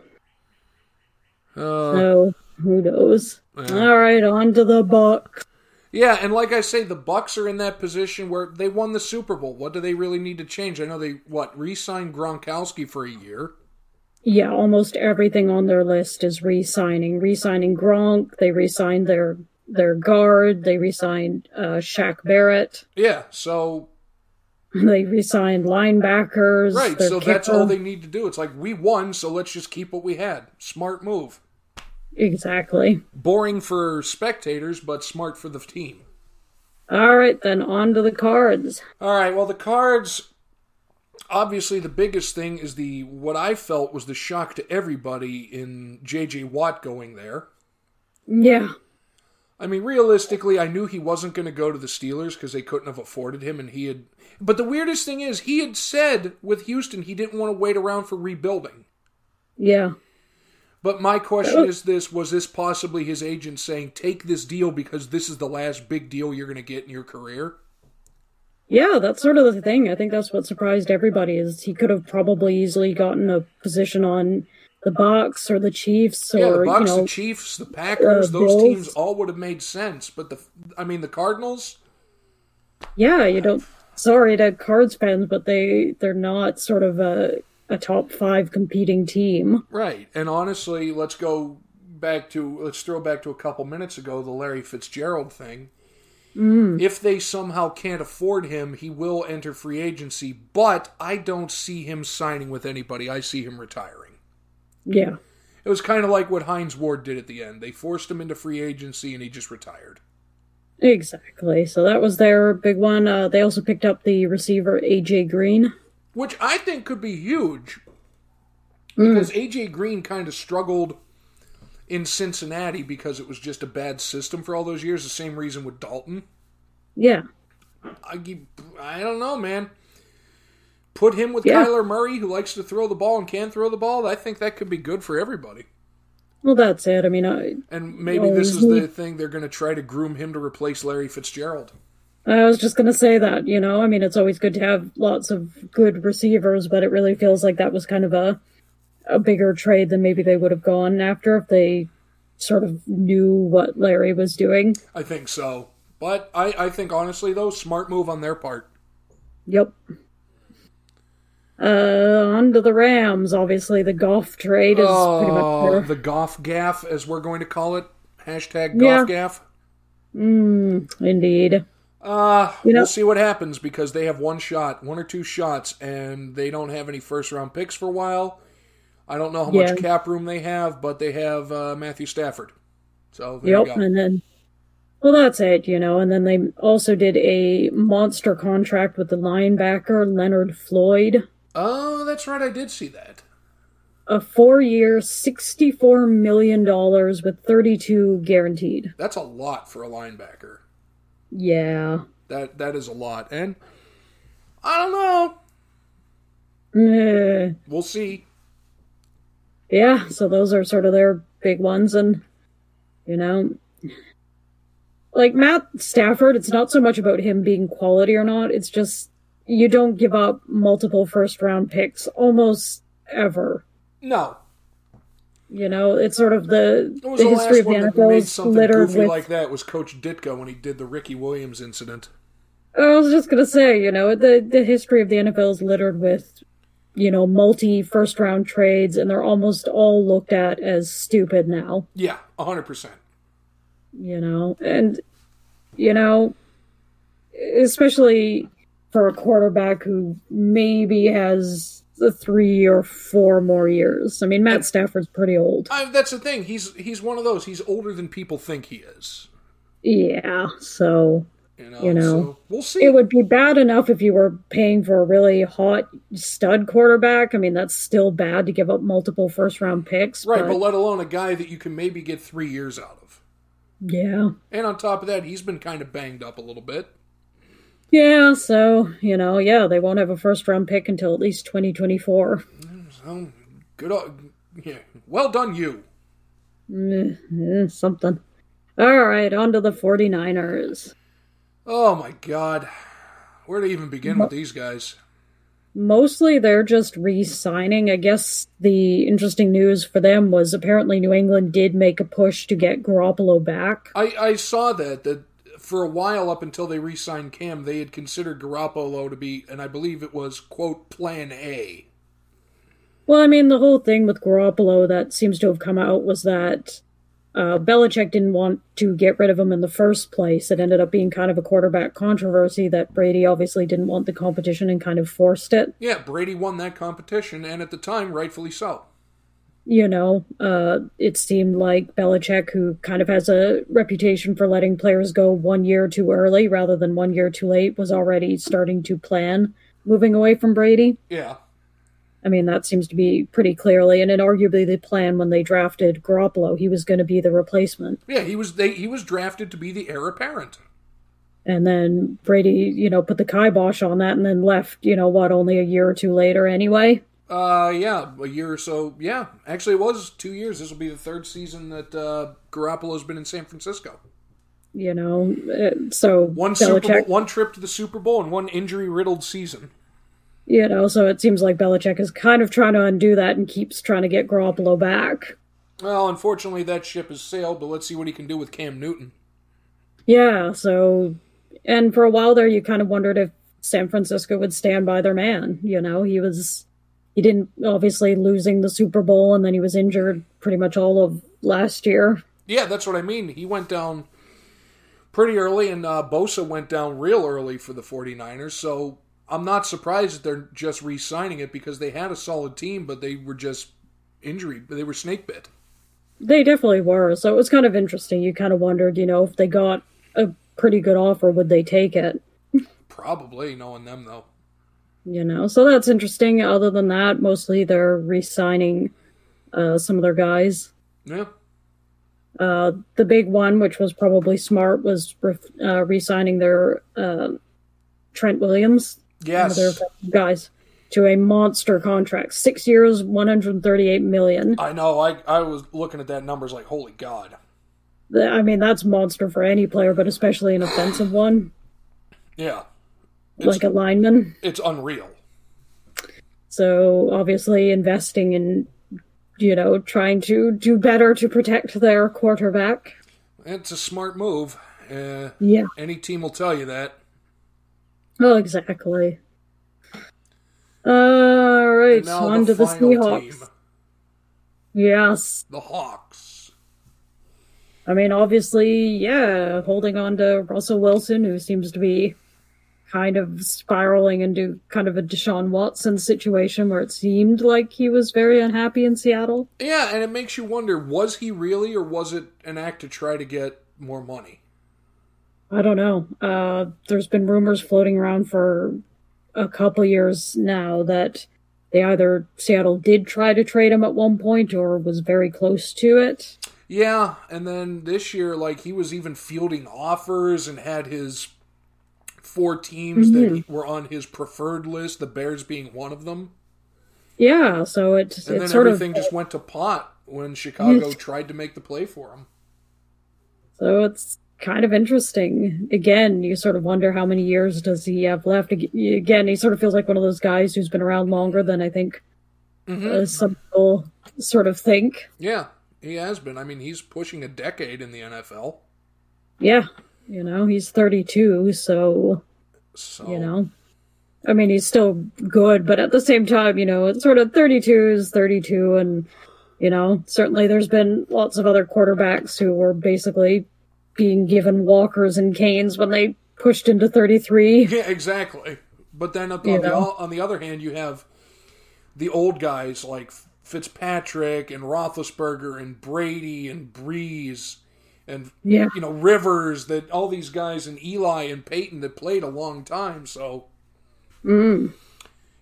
S1: Uh,
S2: so who knows?
S1: Yeah.
S2: All right, on to the Bucks.
S1: yeah, and like I say, the Bucks are in that position where they won the Super Bowl. What do they really need to change? I know they what, re signed Gronkowski for a year.
S2: Yeah, almost everything on their list is re-signing. Re-signing Gronk. They re-signed their their guard. They re-signed uh, Shaq Barrett.
S1: Yeah, so
S2: They re-signed linebackers.
S1: Right,
S2: their
S1: so that's all they
S2: kicker.
S1: need to do. It's like we won, so let's just keep what we had. Smart move.
S2: exactly.
S1: Boring for spectators, but smart for the team.
S2: All right, then on to the cards.
S1: All right, well the cards obviously the biggest thing is the what I felt was the shock to everybody in JJ Watt going there.
S2: Yeah,
S1: I mean, realistically, I knew he wasn't going to go to the Steelers because they couldn't have afforded him, and he had. But the weirdest thing is, he had said with Houston he didn't want to wait around for rebuilding.
S2: yeah,
S1: But my question is this was this possibly his agent saying, take this deal because this is the last big deal you're going to get in your career?
S2: yeah. That's sort of the thing. I think that's what surprised everybody is he could have probably easily gotten a position on the Bucks or the Chiefs
S1: Yeah,
S2: or
S1: the Bucks,
S2: you know,
S1: the Chiefs, the Packers, those
S2: Bills.
S1: teams all would have made sense. But the, I mean, the Cardinals,
S2: yeah, you don't. Sorry to cards fans, but they they're not sort of a a top five competing team.
S1: Right. And honestly, let's go back to let's throw back to a couple minutes ago the Larry Fitzgerald thing. If they somehow can't afford him, he will enter free agency, but I don't see him signing with anybody. I see him retiring.
S2: Yeah.
S1: It was kind of like what Heinz Ward did at the end. They forced him into free agency and he just retired.
S2: Exactly. So that was their big one. Uh, they also picked up the receiver AJ Green.
S1: which I think could be huge because AJ Green kind of struggled in Cincinnati because it was just a bad system for all those years. The same reason with Dalton.
S2: Yeah.
S1: I gi- I don't know, man. Put him with
S2: Yeah.
S1: Kyler Murray, who likes to throw the ball and can throw the ball. I think that could be good for everybody.
S2: Well, that's it. I mean, I,
S1: And maybe this is
S2: Mhm.
S1: the thing they're going to try to groom him to replace Larry Fitzgerald.
S2: I was just going to say that, you know, I mean, it's always good to have lots of good receivers, but it really feels like that was kind of a a bigger trade than maybe they would have gone after if they sort of knew what Larry was doing.
S1: I think so. But I, I think honestly though, smart move on their part.
S2: Yep. Uh, on to the Rams. Obviously, the golf trade is pretty much
S1: Oh,
S2: there.
S1: the golf gaff, as we're going to call it. Hashtag golf
S2: Yeah.
S1: gaff.
S2: Mm, indeed.
S1: Uh,
S2: You know-
S1: we'll see what happens because they have one shot, one or two shots, and they don't have any first round picks for a while. I don't know how
S2: Yeah.
S1: much cap room they have, but they have uh, Matthew Stafford. So there
S2: Yep.
S1: you go.
S2: And then, well, that's it, you know. And then they also did a monster contract with the linebacker, Leonard Floyd.
S1: Oh, that's right. I did see that.
S2: a four year, $64 million with 32 guaranteed.
S1: That's a lot for a linebacker.
S2: Yeah.
S1: That that is a lot, and I don't know.
S2: Eh.
S1: We'll see.
S2: Yeah, so those are sort of their big ones. And, you know, like Matt Stafford, it's not so much about him being quality or not. It's just you don't give up multiple first round picks almost ever.
S1: No,
S2: You know, it's sort of the,
S1: What was
S2: the
S1: the,
S2: history
S1: last
S2: of the
S1: one that made
S2: NFL is
S1: something
S2: littered
S1: goofy
S2: with
S1: like that was Coach Ditka when he did the Ricky Williams incident.
S2: I was just gonna say, you know, the the history of the NFL is littered with, you know, multi first round trades, and they're almost all looked at as stupid now.
S1: Yeah, hundred percent.
S2: You know, and you know, especially for a quarterback who maybe has the three or four more years. I mean, Matt Stafford's pretty old.
S1: That's the thing. He's he's one of those. He's older than people think he is.
S2: Yeah, so
S1: You know.
S2: You know.
S1: So we'll see.
S2: it would be bad enough if you were paying for a really hot stud quarterback. I mean, that's still bad to give up multiple first round picks.
S1: right,
S2: but,
S1: but let alone a guy that you can maybe get three years out of.
S2: yeah,
S1: And on top of that, he's been kind of banged up a little bit.
S2: yeah. So you know, yeah, they won't have a first round pick until at least twenty twenty four.
S1: So good. o- Yeah. Well done, you.
S2: Eh, Something. All right, on to the 49ers.
S1: Oh my God. Where to even begin with these guys?
S2: Mostly they're just re signing. I guess the interesting news for them was apparently New England did make a push to get Garoppolo back.
S1: I, I saw that that for a while up until they re-signed Cam, they had considered Garoppolo to be, and I believe it was quote Plan A.
S2: Well, I mean, the whole thing with Garoppolo that seems to have come out was that uh, Belichick didn't want to get rid of him in the first place. It ended up being kind of a quarterback controversy that Brady obviously didn't want the competition and kind of forced it.
S1: Yeah, Brady won that competition, and at the time, rightfully so.
S2: You know, uh, it seemed like Belichick, who kind of has a reputation for letting players go one year too early rather than one year too late, was already starting to plan moving away from Brady.
S1: Yeah,
S2: I mean, that seems to be pretty clearly, and inarguably the plan when they drafted Garoppolo, he was going to be the replacement.
S1: yeah, he was they he was drafted to be the heir apparent.
S2: And then Brady, you know, put the kibosh on that and then left, you know, what, only a year or two later anyway?
S1: Uh, yeah, a year or so. Yeah, actually, it was two years. This will be the third season that uh, Garoppolo's been in San Francisco.
S2: You know, uh, so
S1: One Super Bowl,
S2: Belichick,
S1: one trip to the Super Bowl, and one injury-riddled season.
S2: you know, so it seems like Belichick is kind of trying to undo that and keeps trying to get Garoppolo back.
S1: Well, unfortunately, that ship has sailed. But let's see what he can do with Cam Newton.
S2: Yeah, so, and for a while there, you kind of wondered if San Francisco would stand by their man. You know, he was he didn't obviously losing the Super Bowl, and then he was injured pretty much all of last year.
S1: Yeah, that's what I mean. He went down pretty early, and uh, Bosa went down real early for the 49ers. So I'm not surprised that they're just re signing it because they had a solid team, but they were just injury, they were snake bit.
S2: They definitely were. So it was kind of interesting. You kind of wondered, you know, if they got a pretty good offer, would they take it?
S1: Probably, knowing them, though.
S2: You know, so that's interesting. Other than that, mostly they're re signing uh, some of their guys.
S1: Yeah.
S2: Uh, the big one, which was probably smart, was re- uh, re-signing their uh, Trent Williams,
S1: Yes.
S2: one of their guys, to a monster contract, six years, one hundred thirty-eight million.
S1: I know. I, I was looking at that numbers like, holy God.
S2: Th- I mean, that's monster for any player, but especially an offensive one
S1: Yeah.
S2: like a lineman.
S1: It's unreal.
S2: So obviously, investing in you know trying to do better to protect their quarterback.
S1: It's a smart move. Uh,
S2: Yeah.
S1: any team will tell you that.
S2: Oh, exactly. All right,
S1: And now
S2: on to
S1: the
S2: the
S1: final
S2: Seahawks.
S1: team,
S2: Yes.
S1: the Hawks.
S2: I mean, obviously, yeah, holding on to Russell Wilson, who seems to be kind of spiraling into kind of a Deshaun Watson situation where it seemed like he was very unhappy in Seattle.
S1: Yeah, and it makes you wonder: was he really, or was it an act to try to get more money?
S2: I don't know. Uh, there's been rumors floating around for a couple years now that they either Seattle did try to trade him at one point or was very close to it.
S1: Yeah, and then this year, like he was even fielding offers and had his four teams
S2: Mm-hmm.
S1: that were on his preferred list, the Bears being one of them.
S2: Yeah, so it,
S1: And
S2: it
S1: then
S2: sort of
S1: everything just went to pot when Chicago tried to make the play for him.
S2: So it's kind of interesting. Again, you sort of wonder how many years does he have left. Ag- Again, he sort of feels like one of those guys who's been around longer than I think
S1: Mm.
S2: uh, some people sort of think.
S1: Yeah, he has been. I mean, he's pushing a decade in the NFL.
S2: Yeah, you know, he's 32, so
S1: So
S2: you know. I mean, he's still good, but at the same time, you know, it's sort of 32 is 32 and you know, certainly there's been lots of other quarterbacks who were basically being given walkers and canes when they pushed into 33.
S1: Yeah, exactly. But then up
S2: You
S1: on, the,
S2: know?
S1: on the other hand, you have the old guys like Fitzpatrick and Roethlisberger and Brady and Breeze and
S2: Yeah.
S1: you know Rivers that all these guys and Eli and Peyton that played a long time. So
S2: Mm.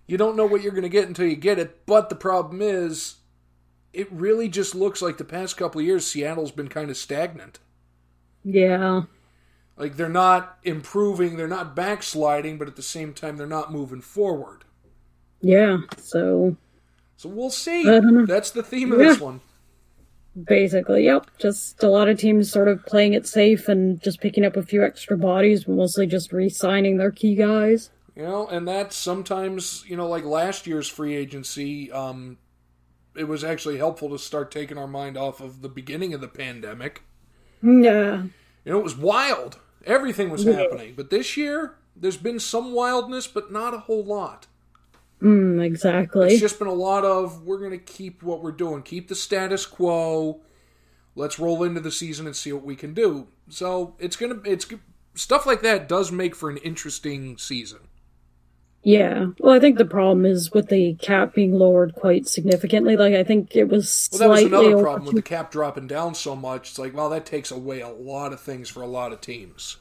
S1: you don't know what you're going to get until you get it. But the problem is, it really just looks like the past couple of years Seattle's been kind of stagnant.
S2: Yeah.
S1: Like they're not improving, they're not backsliding, but at the same time they're not moving forward.
S2: Yeah. So
S1: So we'll see.
S2: I don't know.
S1: That's the theme of this
S2: Yeah.
S1: one.
S2: basically, yep. Just a lot of teams sort of playing it safe and just picking up a few extra bodies, but mostly just re signing their key guys.
S1: You know, and that's sometimes, you know, like last year's free agency, um, it was actually helpful to start taking our mind off of the beginning of the pandemic.
S2: Yeah.
S1: You know, it was wild. Everything was happening. But this year, there's been some wildness, but not a whole lot.
S2: Mm, exactly.
S1: It's just been a lot of we're going to keep what we're doing, keep the status quo. Let's roll into the season and see what we can do. So it's gonna it's stuff like that does make for an interesting season.
S2: yeah. Well, I think the problem is with the cap being lowered quite significantly. Like, I think it was
S1: Well, that was
S2: slightly
S1: another
S2: over
S1: problem with the cap dropping down so much. It's like, well, that takes away a lot of things for a lot of teams.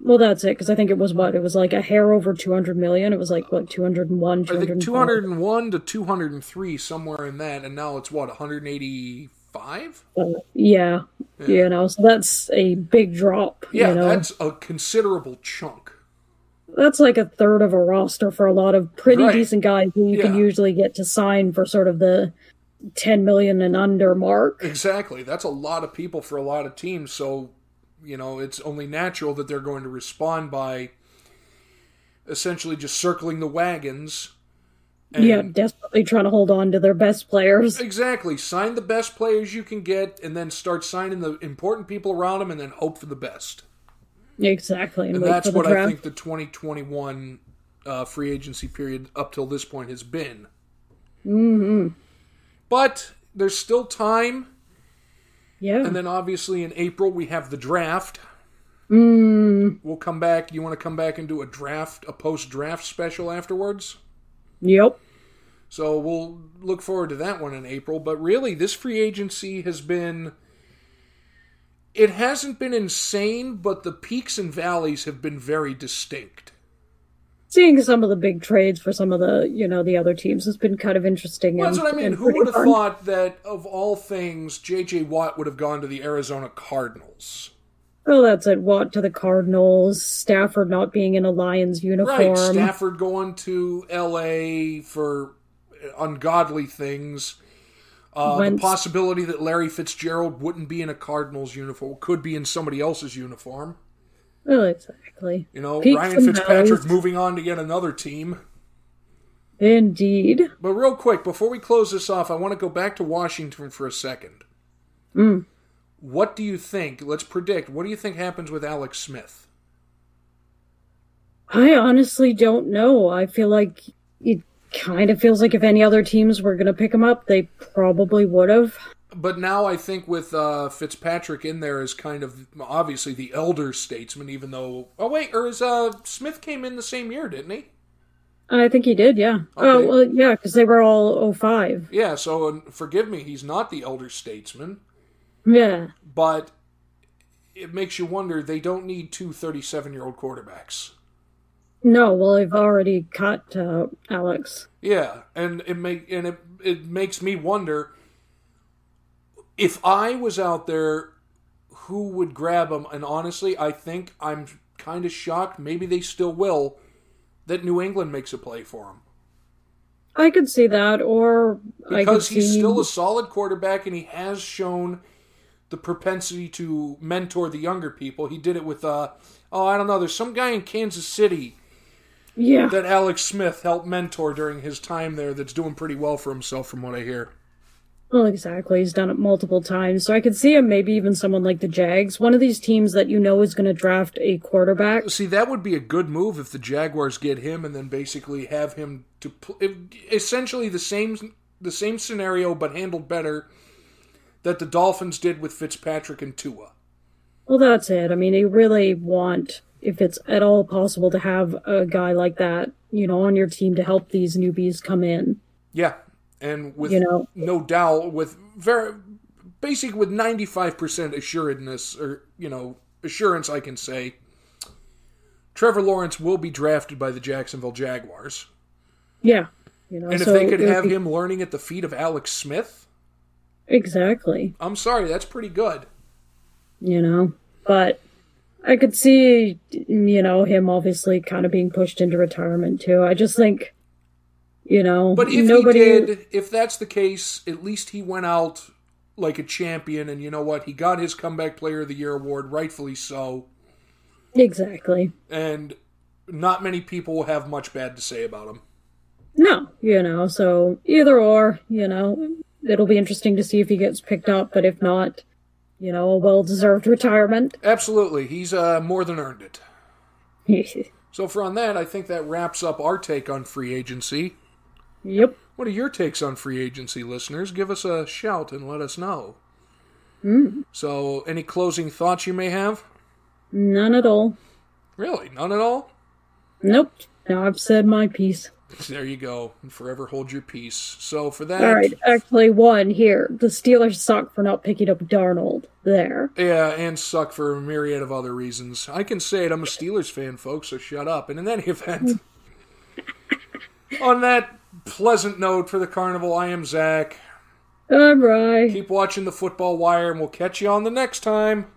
S2: Well, that's it because I think it was what it was like a hair over two hundred million. It was like what two hundred and
S1: I
S2: one, two
S1: think
S2: hundred,
S1: 201 to 203 somewhere in that, and now it's what 185.
S2: Yeah, you know, so that's a big drop.
S1: Yeah,
S2: you know?
S1: that's a considerable chunk.
S2: that's like a third of a roster for a lot of pretty
S1: Right.
S2: decent guys who you can
S1: Yeah.
S2: usually get to sign for sort of the 10 million and under mark.
S1: Exactly. That's a lot of people for a lot of teams. So, you know, it's only natural that they're going to respond by essentially just circling the wagons. And
S2: yeah, desperately trying to hold on to their best players.
S1: Exactly. Sign the best players you can get and then start signing the important people around them and then hope for the best.
S2: Exactly.
S1: And
S2: wait
S1: that's
S2: for the
S1: what I
S2: draft.
S1: think the 2021 uh, free agency period up till this point has been.
S2: Mm-hmm.
S1: But there's still time.
S2: Yeah.
S1: And then obviously in April we have the draft.
S2: mm.
S1: We'll come back. You want to come back and do a draft, a post draft special afterwards?
S2: Yep.
S1: So we'll look forward to that one in April. But really, this free agency has been. It hasn't been insane, but the peaks and valleys have been very distinct.
S2: Seeing some of the big trades for some of the you know the other teams has been kind of interesting.
S1: Well,
S2: and,
S1: that's what I mean.
S2: and
S1: Who
S2: pretty
S1: would have
S2: fun.
S1: thought that, of all things, J.J. Watt would have gone to the Arizona Cardinals?
S2: Oh, that's it. Watt to the Cardinals. Stafford not being in a Lions uniform.
S1: Right. Stafford going to L.A. for ungodly things. Uh, the
S2: Wentz.
S1: possibility that Larry Fitzgerald wouldn't be in a Cardinals uniform, could be in somebody else's uniform.
S2: Oh, exactly.
S1: You know,
S2: Peaks
S1: Ryan
S2: and
S1: Fitzpatrick
S2: valleys.
S1: moving on to yet another team.
S2: Indeed.
S1: But real quick, before we close this off, I want to go back to Washington for a second.
S2: Mm.
S1: What do you think? Let's predict. What do you think happens with Alex Smith?
S2: I honestly don't know. I feel like it kind of feels like if any other teams were going to pick him up, they probably would have.
S1: But now I think with uh, Fitzpatrick in there as kind of obviously the elder statesman, even though oh wait, or is uh, Smith came in the same year, didn't he?
S2: I think he did, yeah.
S1: Okay.
S2: Oh, well, yeah, because they were all 05.
S1: Yeah. So and forgive me, he's not the elder statesman,
S2: Yeah.
S1: but it makes you wonder. They don't need two 37 year old quarterbacks.
S2: No, well, I've already cut uh, Alex.
S1: Yeah, and it make and it it makes me wonder if I was out there, who would grab him? And honestly, I think I'm kind of shocked. Maybe they still will. That New England makes a play for him
S2: I could see that, or I could
S1: because
S2: see
S1: he's still a solid quarterback and he has shown the propensity to mentor the younger people. He did it with uh oh I don't know. There's some guy in Kansas City
S2: yeah,
S1: that Alex Smith helped mentor during his time there. That's doing pretty well for himself from what I hear.
S2: well, exactly. He's done it multiple times, so I could see him maybe even someone like the Jags, one of these teams that you know is going to draft a quarterback.
S1: See, that would be a good move if the Jaguars get him and then basically have him to pl- if, essentially the same the same scenario but handled better that the Dolphins did with Fitzpatrick and Tua.
S2: Well, that's it. I mean, you really want, if it's at all possible, to have a guy like that, you know, on your team to help these newbies come in.
S1: Yeah, and with
S2: You know.
S1: no doubt with very basic with 95% assuredness or you know assurance I can say Trevor Lawrence will be drafted by the Jacksonville Jaguars.
S2: Yeah. You know,
S1: And
S2: so
S1: if they could
S2: it would
S1: have
S2: be-
S1: him learning at the feet of Alex Smith,
S2: Exactly.
S1: I'm sorry, that's pretty good.
S2: You know, but I could see, you know, him obviously kind of being pushed into retirement too. I just think, you know,
S1: But if
S2: nobody.
S1: he did, if that's the case, at least he went out like a champion, and you know what? He got his comeback player of the year award, rightfully so.
S2: Exactly.
S1: And not many people will have much bad to say about him.
S2: No, you know, so either or, you know, it'll be interesting to see if he gets picked up, but if not, you know, a well deserved retirement.
S1: Absolutely, he's uh, more than earned it.
S2: yep.
S1: So for on that, I think that wraps up our take on free agency. What are your takes on free agency, listeners? Give us a shout and let us know.
S2: Mm,
S1: So, any closing thoughts you may have?
S2: none at all.
S1: Really, none at all.
S2: Nope. Now I've said my piece.
S1: There you go. And forever hold your peace. So for that,
S2: All right. Actually, one here. The Steelers suck for not picking up Darnold. There.
S1: Yeah, and suck for a myriad of other reasons. I can say it. I'm a Steelers fan, folks, so shut up. And in any event, on that pleasant note for the carnival, I am Zach.
S2: All right.
S1: Keep watching the football wire, and we'll catch you on the next time.